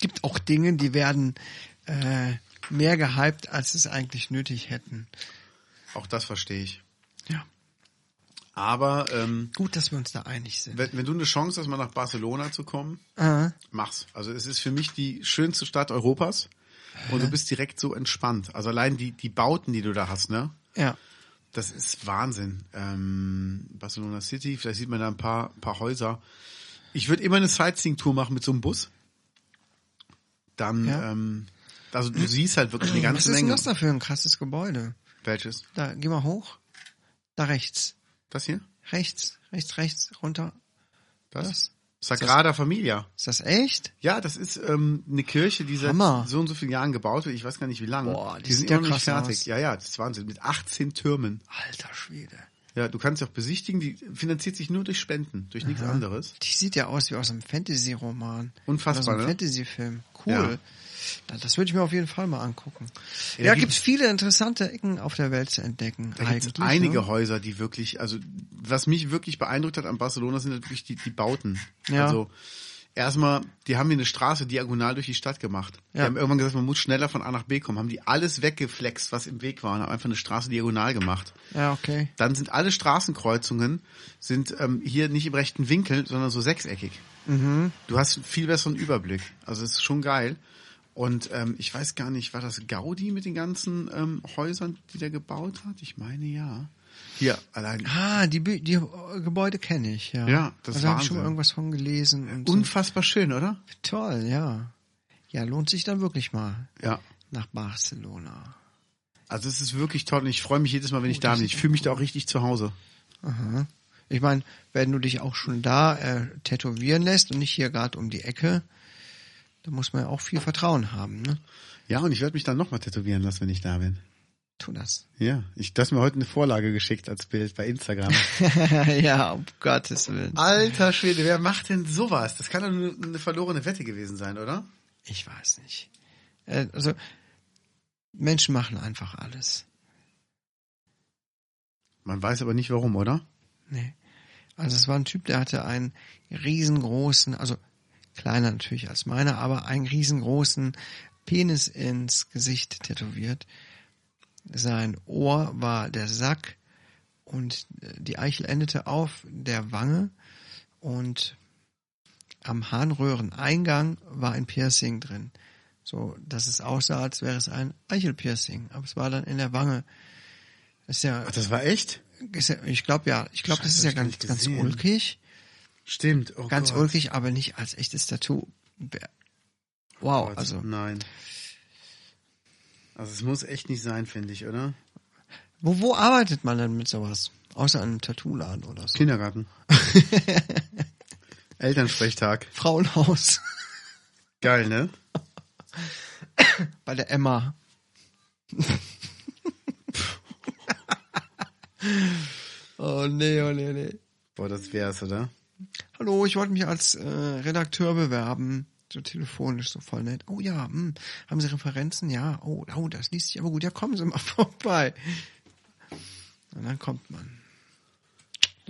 [SPEAKER 1] Gibt auch Dinge, die werden äh, mehr gehypt, als es eigentlich nötig hätten.
[SPEAKER 2] Auch das verstehe ich.
[SPEAKER 1] Ja.
[SPEAKER 2] Aber ähm,
[SPEAKER 1] Gut, dass wir uns da einig sind.
[SPEAKER 2] wenn, wenn du eine Chance hast, mal nach Barcelona zu kommen,
[SPEAKER 1] Ah,
[SPEAKER 2] mach's. Also es ist für mich die schönste Stadt Europas und du bist direkt so entspannt. Also allein die, die Bauten, die du da hast, ne?
[SPEAKER 1] ja.
[SPEAKER 2] Das ist Wahnsinn. Ähm, Barcelona City, vielleicht sieht man da ein paar, paar Häuser. Ich würde immer eine Sightseeing-Tour machen mit so einem Bus. Dann,
[SPEAKER 1] Ja.
[SPEAKER 2] ähm, also du siehst halt wirklich eine
[SPEAKER 1] Was
[SPEAKER 2] ganze
[SPEAKER 1] ist denn
[SPEAKER 2] Menge.
[SPEAKER 1] das da für ein krasses Gebäude?
[SPEAKER 2] Welches?
[SPEAKER 1] Da, geh mal hoch. Da rechts.
[SPEAKER 2] Das hier?
[SPEAKER 1] Rechts, rechts, rechts, runter.
[SPEAKER 2] Das?
[SPEAKER 1] Das?
[SPEAKER 2] Sagrada Familia.
[SPEAKER 1] Ist das echt?
[SPEAKER 2] Ja, das ist ähm, eine Kirche, die seit
[SPEAKER 1] Hammer.
[SPEAKER 2] so und so vielen Jahren gebaut wird. Ich weiß gar nicht, wie lange.
[SPEAKER 1] Boah, die
[SPEAKER 2] die sind
[SPEAKER 1] sieht ja
[SPEAKER 2] immer noch nicht
[SPEAKER 1] krass
[SPEAKER 2] fertig.
[SPEAKER 1] aus.
[SPEAKER 2] Ja, ja, das ist Wahnsinn. Mit 18 Türmen.
[SPEAKER 1] Alter Schwede.
[SPEAKER 2] Ja, du kannst sie auch besichtigen. Die finanziert sich nur durch Spenden, durch nichts anderes.
[SPEAKER 1] Die sieht ja aus wie aus einem Fantasy-Roman.
[SPEAKER 2] Unfassbar,
[SPEAKER 1] Aus einem
[SPEAKER 2] ne?
[SPEAKER 1] Fantasy-Film. Cool.
[SPEAKER 2] Ja.
[SPEAKER 1] Da- Das würde ich mir auf jeden Fall mal angucken. Ja,
[SPEAKER 2] da
[SPEAKER 1] gibt's viele interessante Ecken auf der Welt zu entdecken.
[SPEAKER 2] Da gibt's
[SPEAKER 1] eigentlich,
[SPEAKER 2] einige
[SPEAKER 1] Ne?
[SPEAKER 2] Häuser, die wirklich, also was mich wirklich beeindruckt hat an Barcelona, sind natürlich die, die Bauten.
[SPEAKER 1] Ja.
[SPEAKER 2] Also erstmal, die haben hier eine Straße diagonal durch die Stadt gemacht. Die
[SPEAKER 1] Ja.
[SPEAKER 2] haben irgendwann gesagt, man muss schneller von A nach B kommen, haben die alles weggeflext, was im Weg war, und haben einfach eine Straße diagonal gemacht.
[SPEAKER 1] Ja, okay.
[SPEAKER 2] Dann sind alle Straßenkreuzungen sind ähm, hier nicht im rechten Winkel, sondern so sechseckig. Mhm. Du hast einen viel besseren Überblick. Also es ist schon geil. Und ähm, ich weiß gar nicht, war das Gaudi mit den ganzen ähm, Häusern, die der gebaut hat? Ich meine ja. Hier allein
[SPEAKER 1] Ah, die, Bü- die äh, Gebäude kenne ich, ja.
[SPEAKER 2] Ja, das
[SPEAKER 1] also, Da habe ich schon
[SPEAKER 2] Wahnsinn.
[SPEAKER 1] mal irgendwas von gelesen. Und so.
[SPEAKER 2] unfassbar schön, oder?
[SPEAKER 1] Toll, ja. Ja, lohnt sich dann wirklich mal
[SPEAKER 2] Ja.
[SPEAKER 1] nach Barcelona.
[SPEAKER 2] Also es ist wirklich toll und ich freue mich jedes Mal, wenn ich da bin. Ich fühle mich da auch richtig zu Hause.
[SPEAKER 1] Aha. Ich meine, wenn du dich auch schon da äh, tätowieren lässt und nicht hier gerade um die Ecke, da muss man ja auch viel Vertrauen haben, ne?
[SPEAKER 2] Ja, und ich werde mich dann nochmal tätowieren lassen, wenn ich da bin.
[SPEAKER 1] Tu das.
[SPEAKER 2] Ja, ich, du hast mir heute eine Vorlage geschickt als Bild bei Instagram.
[SPEAKER 1] ja, um Gottes Willen.
[SPEAKER 2] Alter Schwede, wer macht denn sowas? Das kann doch nur eine verlorene Wette gewesen sein, oder?
[SPEAKER 1] Ich weiß nicht. Äh, also, Menschen machen einfach alles.
[SPEAKER 2] Man weiß aber nicht warum, oder?
[SPEAKER 1] Nee. Also es war ein Typ, der hatte einen riesengroßen, also kleiner natürlich als meiner, aber einen riesengroßen Penis ins Gesicht tätowiert. Sein Ohr war der Sack und äh, die Eichel endete auf der Wange und am Harnröhreneingang war ein Piercing drin. So, dass es aussah, als wäre es ein Eichelpiercing, aber es war dann in der Wange. Ist ja,
[SPEAKER 2] Ach, das war echt?
[SPEAKER 1] ist ja, ich glaube ja, ich glaube, das
[SPEAKER 2] Scheiße,
[SPEAKER 1] ist ja
[SPEAKER 2] hab
[SPEAKER 1] ganz,
[SPEAKER 2] ich gar
[SPEAKER 1] ganz
[SPEAKER 2] nicht gesehen.
[SPEAKER 1] ulkig,
[SPEAKER 2] Stimmt. Oh
[SPEAKER 1] ganz
[SPEAKER 2] Gott.
[SPEAKER 1] ulkig, aber nicht als echtes Tattoo. Wow,
[SPEAKER 2] Oh Gott,
[SPEAKER 1] also
[SPEAKER 2] Nein. Also es muss echt nicht sein, finde ich, oder?
[SPEAKER 1] wo, wo arbeitet man denn mit sowas? Außer einem Tattoo-Laden oder so.
[SPEAKER 2] Kindergarten. Elternsprechtag.
[SPEAKER 1] Frauenhaus
[SPEAKER 2] Geil, ne?
[SPEAKER 1] bei der Emma. oh nee, oh nee, nee.
[SPEAKER 2] Boah, das wär's, oder?
[SPEAKER 1] Hallo, ich wollte mich als äh, Redakteur bewerben. so telefonisch, so voll nett. Oh ja, hm, haben Sie Referenzen? Ja, oh, oh, das liest sich aber gut. Ja, kommen Sie mal vorbei. Und dann kommt man.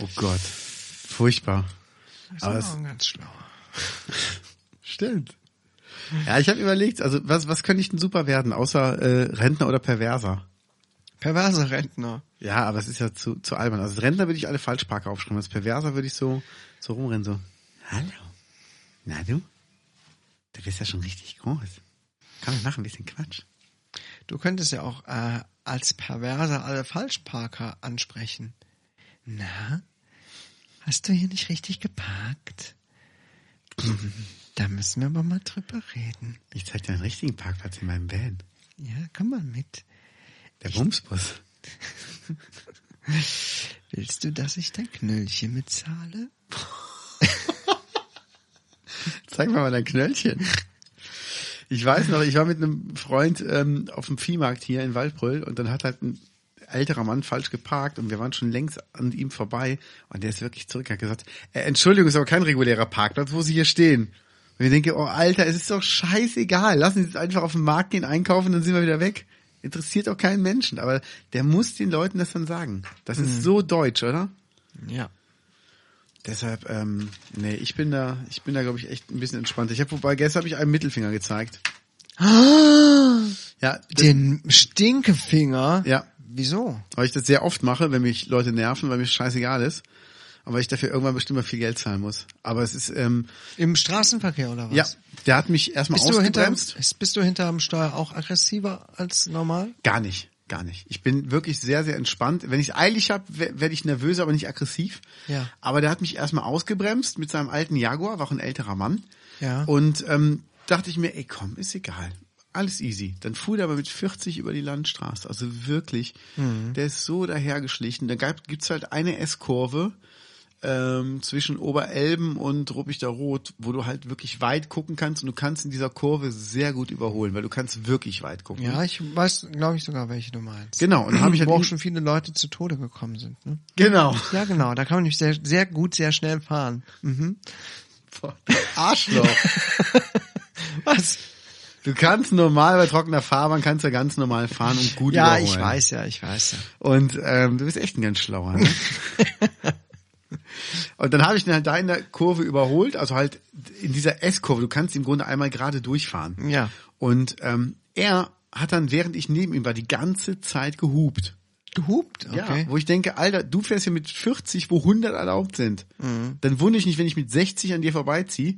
[SPEAKER 2] Oh Gott. Furchtbar.
[SPEAKER 1] Das
[SPEAKER 2] Aber
[SPEAKER 1] ist
[SPEAKER 2] es-
[SPEAKER 1] auch ganz schlau.
[SPEAKER 2] Stimmt. Ja, ich habe überlegt, also was, was könnte ich denn super werden, außer äh, Rentner oder Perverser?
[SPEAKER 1] Perverser Rentner.
[SPEAKER 2] Ja, aber es ist ja zu, zu albern. Also als Rentner würde ich alle Falschparker aufschreiben, als Perverser würde ich so, so rumrennen, so. Hallo. Na du? Du bist ja schon richtig groß. Komm, wir machen ein bisschen Quatsch.
[SPEAKER 1] Du könntest ja auch äh, als Perverser alle Falschparker ansprechen. Na, hast du hier nicht richtig geparkt? da müssen wir aber mal drüber reden.
[SPEAKER 2] Ich zeig dir einen richtigen Parkplatz in meinem Van.
[SPEAKER 1] Ja, komm mal mit.
[SPEAKER 2] Der Bumsbus.
[SPEAKER 1] Willst du, dass ich dein Knöllchen mitzahle?
[SPEAKER 2] Zeig mir mal dein Knöllchen. Ich weiß noch, ich war mit einem Freund ähm, auf dem Viehmarkt hier in Waldbröl und dann hat halt ein älterer Mann falsch geparkt und wir waren schon längst an ihm vorbei und der ist wirklich zurück und hat gesagt, äh, Entschuldigung, ist aber kein regulärer Parkplatz, wo Sie hier stehen. Und ich denke, oh Alter, es ist doch scheißegal, lassen Sie es einfach auf den Markt gehen, einkaufen, dann sind wir wieder weg. Interessiert doch keinen Menschen, aber der muss den Leuten das dann sagen. Das ist so deutsch, oder?
[SPEAKER 1] Ja.
[SPEAKER 2] Deshalb, ähm, nee, ich bin da, ich bin da, glaube ich, echt ein bisschen entspannter. Ich habe wobei gestern habe ich einen Mittelfinger gezeigt. Ja, das,
[SPEAKER 1] Ah! Den Stinkefinger?
[SPEAKER 2] Ja.
[SPEAKER 1] Wieso?
[SPEAKER 2] weil ich das sehr oft mache, wenn mich Leute nerven, weil mir scheißegal ist. Aber ich dafür irgendwann bestimmt mal viel Geld zahlen muss. Aber es ist, ähm,
[SPEAKER 1] Im Straßenverkehr oder was?
[SPEAKER 2] ja, der hat mich erstmal
[SPEAKER 1] Bist du, hinterm,
[SPEAKER 2] ausgebremst.
[SPEAKER 1] ist- bist du hinterm Steuer auch aggressiver als normal?
[SPEAKER 2] Gar nicht, gar nicht. Ich bin wirklich sehr, sehr entspannt. Wenn ich es eilig habe, werde ich nervös, aber nicht aggressiv.
[SPEAKER 1] Ja.
[SPEAKER 2] Aber der hat mich erstmal ausgebremst mit seinem alten Jaguar, war auch ein älterer Mann.
[SPEAKER 1] Ja.
[SPEAKER 2] Und ähm, dachte ich mir, ey komm, ist egal. Alles easy. Dann fuhr der aber mit 40 über die Landstraße. Also wirklich,
[SPEAKER 1] Mhm.
[SPEAKER 2] der ist so dahergeschlichen. Da gibt es halt eine S-Kurve ähm, zwischen Oberelben und Ruppichter Rot, wo du halt wirklich weit gucken kannst und du kannst in dieser Kurve sehr gut überholen, weil du kannst wirklich weit gucken.
[SPEAKER 1] Ja, ich weiß, glaube ich, sogar, welche du meinst.
[SPEAKER 2] Genau, und da hab ich halt
[SPEAKER 1] Wo auch
[SPEAKER 2] ihn-
[SPEAKER 1] schon viele Leute zu Tode gekommen sind. Ne?
[SPEAKER 2] Genau.
[SPEAKER 1] Ja, genau, da kann man nämlich sehr, sehr gut, sehr schnell fahren. Mhm.
[SPEAKER 2] Boah, du Arschloch.
[SPEAKER 1] Was?
[SPEAKER 2] Du kannst normal bei trockener Fahrbahn kannst du ganz normal fahren und gut
[SPEAKER 1] Ja,
[SPEAKER 2] überholen.
[SPEAKER 1] ich weiß ja, ich weiß ja.
[SPEAKER 2] Und ähm, du bist echt ein ganz schlauer. Ne? und dann habe ich ihn halt da in der Kurve überholt, also halt in dieser S-Kurve. Du kannst im Grunde einmal gerade durchfahren.
[SPEAKER 1] Ja.
[SPEAKER 2] Und ähm, er hat dann, während ich neben ihm war, die ganze Zeit gehupt.
[SPEAKER 1] Gehupt, okay.
[SPEAKER 2] Ja, wo ich denke, Alter, du fährst hier mit 40, wo 100 erlaubt sind.
[SPEAKER 1] Mhm.
[SPEAKER 2] Dann wundere ich mich, wenn ich mit 60 an dir vorbeiziehe.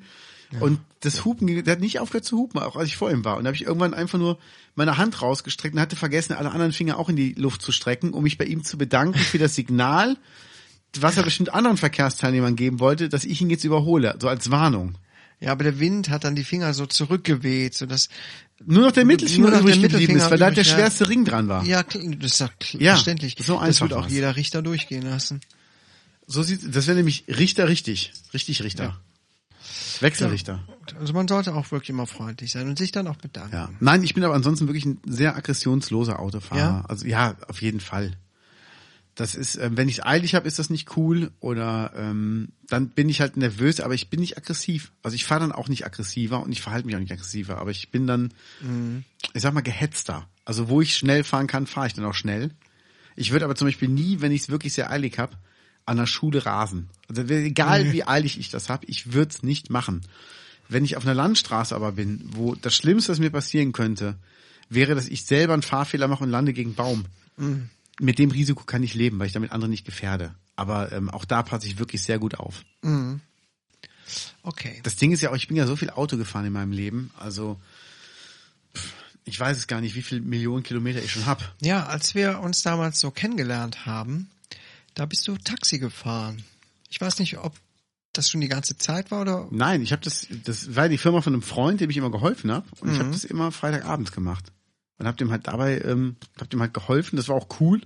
[SPEAKER 2] Und das Hupen, der hat nicht aufgehört zu hupen, auch als ich vor ihm war. Und da habe ich irgendwann einfach nur meine Hand rausgestreckt und hatte vergessen, alle anderen Finger auch in die Luft zu strecken, um mich bei ihm zu bedanken für das Signal, was er bestimmt anderen Verkehrsteilnehmern geben wollte, dass ich ihn jetzt überhole, so als Warnung.
[SPEAKER 1] ja, aber der Wind hat dann die Finger so zurückgeweht, sodass,
[SPEAKER 2] Nur noch der
[SPEAKER 1] Nur
[SPEAKER 2] Mittelfinger
[SPEAKER 1] noch der
[SPEAKER 2] übrig geblieben
[SPEAKER 1] Mittelfinger
[SPEAKER 2] ist, weil da halt der
[SPEAKER 1] übrig, ja.
[SPEAKER 2] schwerste Ring dran war.
[SPEAKER 1] ja, kl- das ist doch kl-
[SPEAKER 2] Ja,
[SPEAKER 1] verständlich.
[SPEAKER 2] so
[SPEAKER 1] das
[SPEAKER 2] einfach
[SPEAKER 1] wird auch
[SPEAKER 2] war's.
[SPEAKER 1] jeder Richter durchgehen lassen.
[SPEAKER 2] So sieht, das wäre nämlich Richter richtig. Richtig Richter. Wechselrichter.
[SPEAKER 1] Also man sollte auch wirklich immer freundlich sein und sich dann auch bedanken.
[SPEAKER 2] Ja. Nein, ich bin aber ansonsten wirklich ein sehr aggressionsloser Autofahrer.
[SPEAKER 1] Ja?
[SPEAKER 2] Also ja, auf jeden Fall. Das ist, ähm, wenn ich es eilig habe, ist das nicht cool oder ähm, dann bin ich halt nervös, aber ich bin nicht aggressiv. Also ich fahre dann auch nicht aggressiver und ich verhalte mich auch nicht aggressiver, aber ich bin dann, ich sag mal, gehetzter. Also wo ich schnell fahren kann, fahre ich dann auch schnell. Ich würde aber zum Beispiel nie, wenn ich es wirklich sehr eilig habe, an der Schule rasen. Also egal wie eilig ich das habe, ich würde es nicht machen. Wenn ich auf einer Landstraße aber bin, wo das Schlimmste, was mir passieren könnte, wäre, dass ich selber einen Fahrfehler mache und lande gegen einen Baum. Mit dem Risiko kann ich leben, weil ich damit andere nicht gefährde. Aber ähm, auch da passe ich wirklich sehr gut auf.
[SPEAKER 1] Okay.
[SPEAKER 2] Das Ding ist ja auch, ich bin ja so viel Auto gefahren in meinem Leben. Also pff, ich weiß es gar nicht, wie viel Millionen Kilometer ich schon hab.
[SPEAKER 1] Ja, als wir uns damals so kennengelernt haben, da bist du Taxi gefahren. Ich weiß nicht, ob das schon die ganze Zeit war oder
[SPEAKER 2] Nein, ich habe das, das war die Firma von einem Freund, dem ich immer geholfen habe. Und ich habe das immer Freitagabends gemacht. Und habe dem halt dabei, ähm, hab dem halt geholfen. Das war auch cool.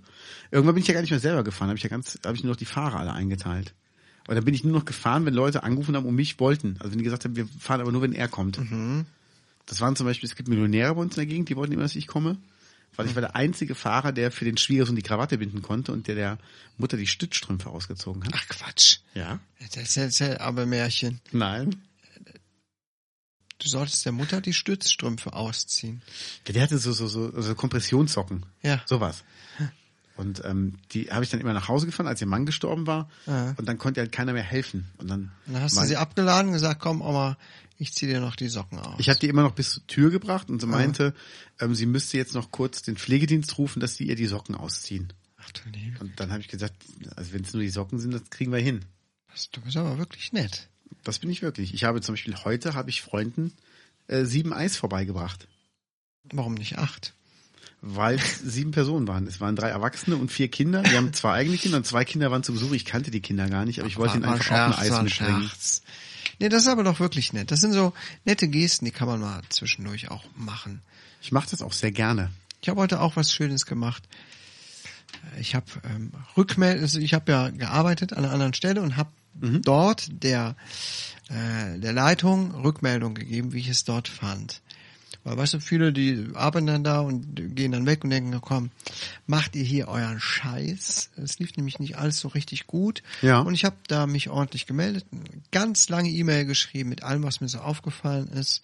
[SPEAKER 2] Irgendwann bin ich ja gar nicht mehr selber gefahren. Habe ich ja ganz, habe ich nur noch die Fahrer alle eingeteilt. Und dann bin ich nur noch gefahren, wenn Leute angerufen haben und mich wollten. Also wenn die gesagt haben, wir fahren aber nur, wenn er kommt. Das waren zum Beispiel, es gibt Millionäre bei uns in der Gegend, die wollten immer, dass ich komme. Weil ich war der einzige Fahrer, der für den Schwiegersohn die Krawatte binden konnte und der der Mutter die Stützstrümpfe ausgezogen hat.
[SPEAKER 1] Ach Quatsch.
[SPEAKER 2] Ja?
[SPEAKER 1] Das ist ja, das ist ja aber Märchen.
[SPEAKER 2] Nein.
[SPEAKER 1] Du Du solltest der Mutter die Stützstrümpfe ausziehen.
[SPEAKER 2] Ja, Der hatte so, so, so, so Kompressionssocken.
[SPEAKER 1] Ja.
[SPEAKER 2] Sowas. Und ähm, die habe ich dann immer nach Hause gefahren, als ihr Mann gestorben war.
[SPEAKER 1] Ja.
[SPEAKER 2] Und dann konnte halt keiner mehr helfen. Und dann,
[SPEAKER 1] Und dann hast du
[SPEAKER 2] mein-
[SPEAKER 1] sie abgeladen und gesagt, komm Oma, ich zieh dir noch die Socken aus.
[SPEAKER 2] Ich habe die immer noch bis zur Tür gebracht und sie meinte, ähm, sie müsste jetzt noch kurz den Pflegedienst rufen, dass die ihr die Socken ausziehen.
[SPEAKER 1] Ach du Liebe,
[SPEAKER 2] Und dann habe ich gesagt, also wenn es nur die Socken sind, das kriegen wir hin.
[SPEAKER 1] das- du bist aber wirklich nett.
[SPEAKER 2] Das bin ich wirklich. Ich habe zum Beispiel heute habe ich Freunden äh, sieben Eis vorbeigebracht,
[SPEAKER 1] Warum nicht acht?
[SPEAKER 2] weil es sieben Personen waren. Es waren drei Erwachsene und vier Kinder. Wir haben zwei eigene Kinder und zwei Kinder waren zu Besuch. Ich kannte die Kinder gar nicht, aber ich wollte ihnen
[SPEAKER 1] War- war
[SPEAKER 2] einfach
[SPEAKER 1] ein
[SPEAKER 2] auch ein
[SPEAKER 1] Scherz, war
[SPEAKER 2] Eis
[SPEAKER 1] ein
[SPEAKER 2] mitbringen.
[SPEAKER 1] Scherz. Nee, das ist aber doch wirklich nett. Das sind so nette Gesten, die kann man mal zwischendurch auch machen.
[SPEAKER 2] Ich mache das auch sehr gerne.
[SPEAKER 1] Ich habe heute auch was Schönes gemacht. Ich habe ähm, Rückmeld, also ich habe ja gearbeitet an einer anderen Stelle und habe dort der äh, der Leitung Rückmeldung gegeben, wie ich es dort fand. Weil weißt du, viele, die arbeiten dann da und gehen dann weg und denken, na komm, macht ihr hier euren Scheiß? Es lief nämlich nicht alles so richtig gut.
[SPEAKER 2] Ja.
[SPEAKER 1] Und ich habe da mich ordentlich gemeldet, eine ganz lange E-Mail geschrieben mit allem, was mir so aufgefallen ist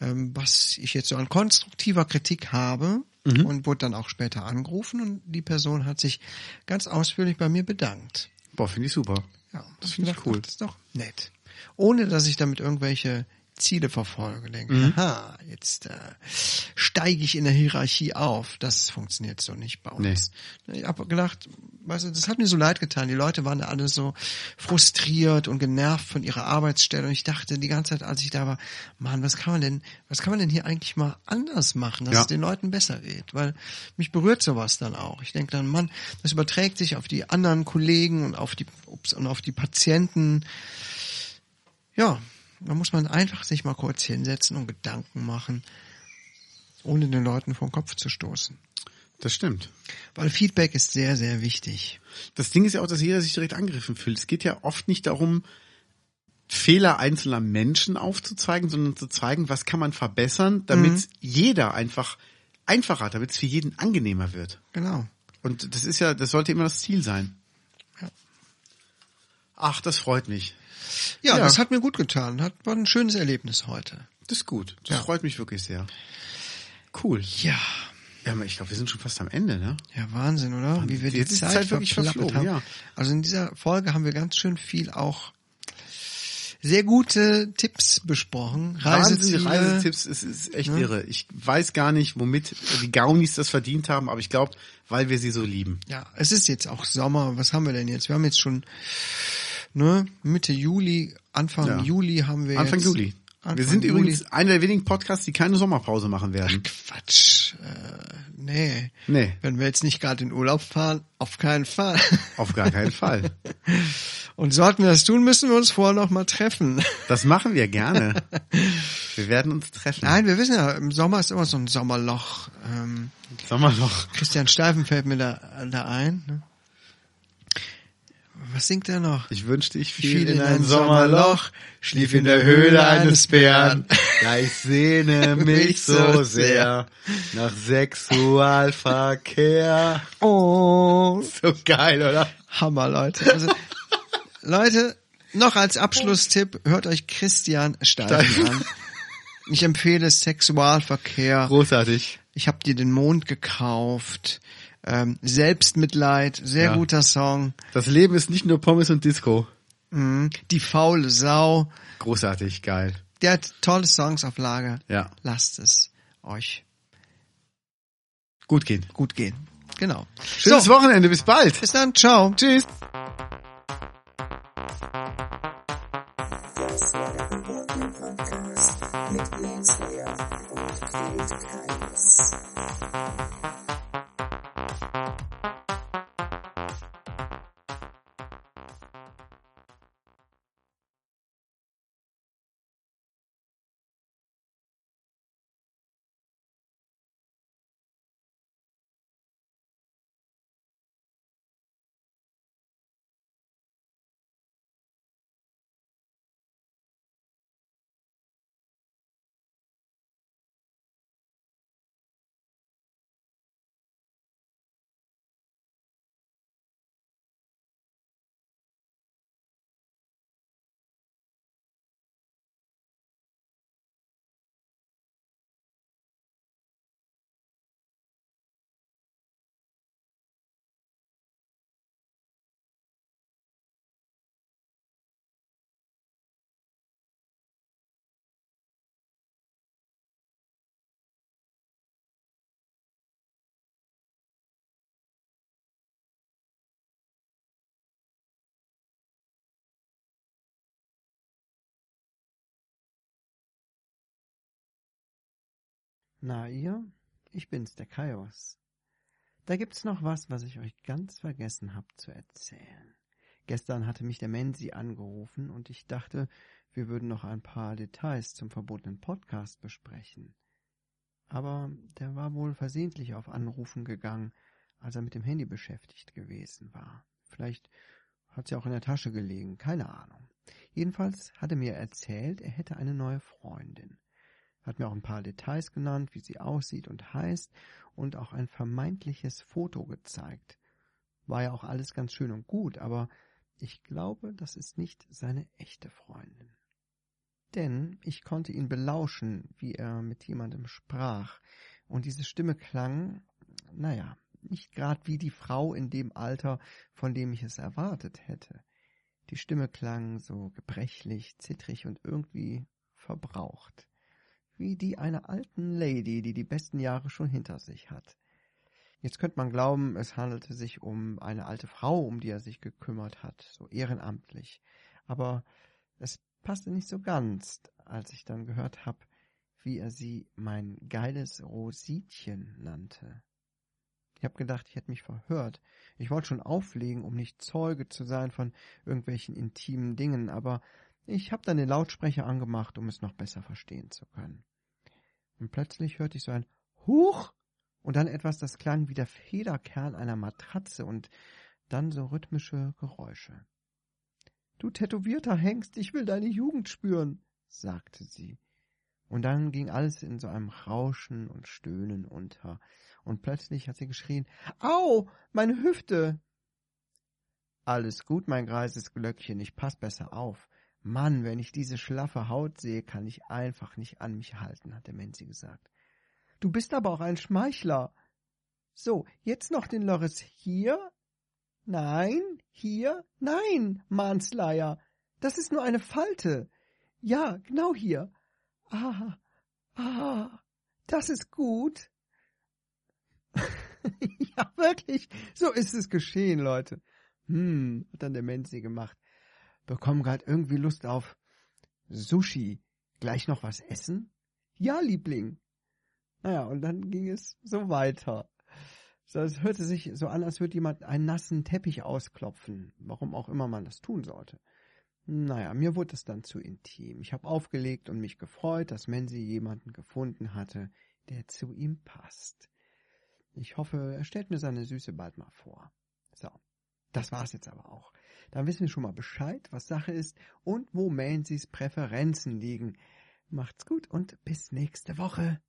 [SPEAKER 1] ähm, was ich jetzt so an konstruktiver Kritik habe
[SPEAKER 2] Mhm.
[SPEAKER 1] und wurde dann auch später angerufen und die Person hat sich ganz ausführlich bei mir bedankt.
[SPEAKER 2] Boah, finde ich super.
[SPEAKER 1] Ja,
[SPEAKER 2] das finde ich
[SPEAKER 1] gedacht,
[SPEAKER 2] cool.
[SPEAKER 1] Das ist doch nett. Ohne dass ich damit irgendwelche Ziele verfolge, denke,
[SPEAKER 2] Mhm.
[SPEAKER 1] aha, jetzt äh, steige ich in der Hierarchie auf. Das funktioniert so nicht bei uns. Ne, Ich habe gedacht, weißt du, das hat mir so leid getan. Die Leute waren da alle so frustriert und genervt von ihrer Arbeitsstelle. Und ich dachte die ganze Zeit, als ich da war, Mann, was kann man denn, was kann man denn hier eigentlich mal anders machen, dass
[SPEAKER 2] Ja.
[SPEAKER 1] es den Leuten besser geht? Weil mich berührt sowas dann auch. Ich denke dann, Mann, das überträgt sich auf die anderen Kollegen und auf die ups, und auf die Patienten. Ja, da muss man einfach sich mal kurz hinsetzen und Gedanken machen, ohne den Leuten vom Kopf zu stoßen.
[SPEAKER 2] Das stimmt.
[SPEAKER 1] Weil Feedback ist sehr, sehr wichtig.
[SPEAKER 2] Das Ding ist ja auch, dass jeder sich direkt angegriffen fühlt. Es geht ja oft nicht darum, Fehler einzelner Menschen aufzuzeigen, sondern zu zeigen, was kann man verbessern, damit
[SPEAKER 1] Mhm.
[SPEAKER 2] jeder einfach einfacher, hat, damit es für jeden angenehmer wird.
[SPEAKER 1] Genau.
[SPEAKER 2] Und das ist ja, das sollte immer das Ziel sein.
[SPEAKER 1] Ja.
[SPEAKER 2] Ach, das freut mich.
[SPEAKER 1] Ja,
[SPEAKER 2] Ja.
[SPEAKER 1] das hat mir gut getan. Hat, war ein schönes Erlebnis heute.
[SPEAKER 2] Das ist gut. Das
[SPEAKER 1] Ja.
[SPEAKER 2] freut mich wirklich sehr. Cool.
[SPEAKER 1] Ja.
[SPEAKER 2] Ja, aber ich glaube, wir sind schon fast am Ende, ne?
[SPEAKER 1] Ja, Wahnsinn, oder? Wie wir die
[SPEAKER 2] Jetzt ist die
[SPEAKER 1] Zeit,
[SPEAKER 2] Zeit wirklich
[SPEAKER 1] verplappert
[SPEAKER 2] verflogen,
[SPEAKER 1] haben.
[SPEAKER 2] ja.
[SPEAKER 1] Also in dieser Folge haben wir ganz schön viel auch sehr gute Tipps besprochen. Reiseziele.
[SPEAKER 2] Wahnsinnige Reisetipps, es ist echt irre. Ich weiß gar nicht, womit die Gaunis das verdient haben, aber ich glaube, weil wir sie so lieben.
[SPEAKER 1] Ja, es ist jetzt auch Sommer. Was haben wir denn jetzt? Wir haben jetzt schon ne, Mitte Juli, Anfang
[SPEAKER 2] Ja.
[SPEAKER 1] Juli haben wir
[SPEAKER 2] Anfang
[SPEAKER 1] jetzt,
[SPEAKER 2] Juli.
[SPEAKER 1] Anfang
[SPEAKER 2] wir sind
[SPEAKER 1] Juli.
[SPEAKER 2] übrigens einer der wenigen Podcasts, die keine Sommerpause machen werden.
[SPEAKER 1] Quatsch. Äh, nee.
[SPEAKER 2] Nee.
[SPEAKER 1] Wenn wir jetzt nicht gerade in Urlaub fahren, auf keinen Fall.
[SPEAKER 2] Auf gar keinen Fall.
[SPEAKER 1] Und sollten wir das tun, müssen wir uns vorher noch mal treffen.
[SPEAKER 2] Das machen wir gerne. Wir werden uns treffen.
[SPEAKER 1] Nein, wir wissen ja, im Sommer ist immer so ein Sommerloch. Ähm,
[SPEAKER 2] Sommerloch.
[SPEAKER 1] Christian Steifen fällt mir da, da ein. Ne? Was singt er noch?
[SPEAKER 2] Ich wünschte, ich
[SPEAKER 1] Ich
[SPEAKER 2] fiel in ein Sommerloch, schlief in der Höhle eines Bären. Ja, ich sehne mich so sehr nach Sexualverkehr.
[SPEAKER 1] Oh.
[SPEAKER 2] So geil, oder?
[SPEAKER 1] Hammer, Leute. Also, Leute, noch als Abschlusstipp, hört euch Christian Steifen an. Ich empfehle Sexualverkehr.
[SPEAKER 2] Großartig.
[SPEAKER 1] Ich habe dir den Mond gekauft. Ähm, Selbstmitleid, sehr
[SPEAKER 2] Ja.
[SPEAKER 1] guter Song.
[SPEAKER 2] Das Leben ist nicht nur Pommes und Disco.
[SPEAKER 1] Mhm. Die faule Sau.
[SPEAKER 2] Großartig, geil.
[SPEAKER 1] Der hat tolle Songs auf Lager.
[SPEAKER 2] Ja.
[SPEAKER 1] Lasst es euch
[SPEAKER 2] Gut gehen.
[SPEAKER 1] gut gehen. Genau.
[SPEAKER 2] Schönes
[SPEAKER 1] so,
[SPEAKER 2] Wochenende, bis bald.
[SPEAKER 1] bis dann, ciao.
[SPEAKER 2] Tschüss.
[SPEAKER 1] Na ihr? Ich bin's, der Kaios. Da gibt's noch was, was ich euch ganz vergessen hab zu erzählen. Gestern hatte mich der Menzi angerufen und ich dachte, wir würden noch ein paar Details zum verbotenen Podcast besprechen. Aber der war wohl versehentlich auf Anrufen gegangen, als er mit dem Handy beschäftigt gewesen war. Vielleicht hat sie auch in der Tasche gelegen, keine Ahnung. Jedenfalls hat er mir erzählt, er hätte eine neue Freundin hat mir auch ein paar Details genannt, wie sie aussieht und heißt und auch ein vermeintliches Foto gezeigt. War ja auch alles ganz schön und gut, aber ich glaube, das ist nicht seine echte Freundin. Denn ich konnte ihn belauschen, wie er mit jemandem sprach, und diese Stimme klang, naja, nicht grad wie die Frau in dem Alter, von dem ich es erwartet hätte. Die Stimme klang so gebrechlich, zittrig und irgendwie verbraucht wie die einer alten Lady, die die besten Jahre schon hinter sich hat. Jetzt könnte man glauben, es handelte sich um eine alte Frau, um die er sich gekümmert hat, so ehrenamtlich. Aber es passte nicht so ganz, als ich dann gehört hab, wie er sie mein geiles Rositchen nannte. Ich hab gedacht, ich hätte mich verhört. Ich wollte schon auflegen, um nicht Zeuge zu sein von irgendwelchen intimen Dingen, aber ich hab dann den Lautsprecher angemacht, um es noch besser verstehen zu können. Und plötzlich hörte ich so ein Huch und dann etwas, das klang wie der Federkern einer Matratze und dann so rhythmische Geräusche. Du tätowierter Hengst, ich will deine Jugend spüren, sagte sie. Und dann ging alles in so einem Rauschen und Stöhnen unter. Und plötzlich hat sie geschrien, Au, meine Hüfte! Alles gut, mein greises Glöckchen, ich pass besser auf. Mann, wenn ich diese schlaffe Haut sehe, kann ich einfach nicht an mich halten, hat der Menzi gesagt. Du bist aber auch ein Schmeichler. So, jetzt noch den Loris hier? Nein, hier? Nein, Mannsleier. Das ist nur eine Falte. Ja, genau hier. Ah, ah, das ist gut. ja, wirklich. So ist es geschehen, Leute. Hm, hat dann der Menzi gemacht. Bekommen grad irgendwie Lust auf Sushi. Gleich noch was essen? Ja, Liebling. Naja, und dann ging es so weiter. So, es hörte sich so an, als würde jemand einen nassen Teppich ausklopfen. Warum auch immer man das tun sollte. Naja, mir wurde es dann zu intim. Ich habe aufgelegt und mich gefreut, dass Menzi jemanden gefunden hatte, der zu ihm passt. Ich hoffe, er stellt mir seine Süße bald mal vor. So, das war's jetzt aber auch. Dann wissen wir schon mal Bescheid, was Sache ist und wo Manzys Präferenzen liegen. Macht's gut und bis nächste Woche.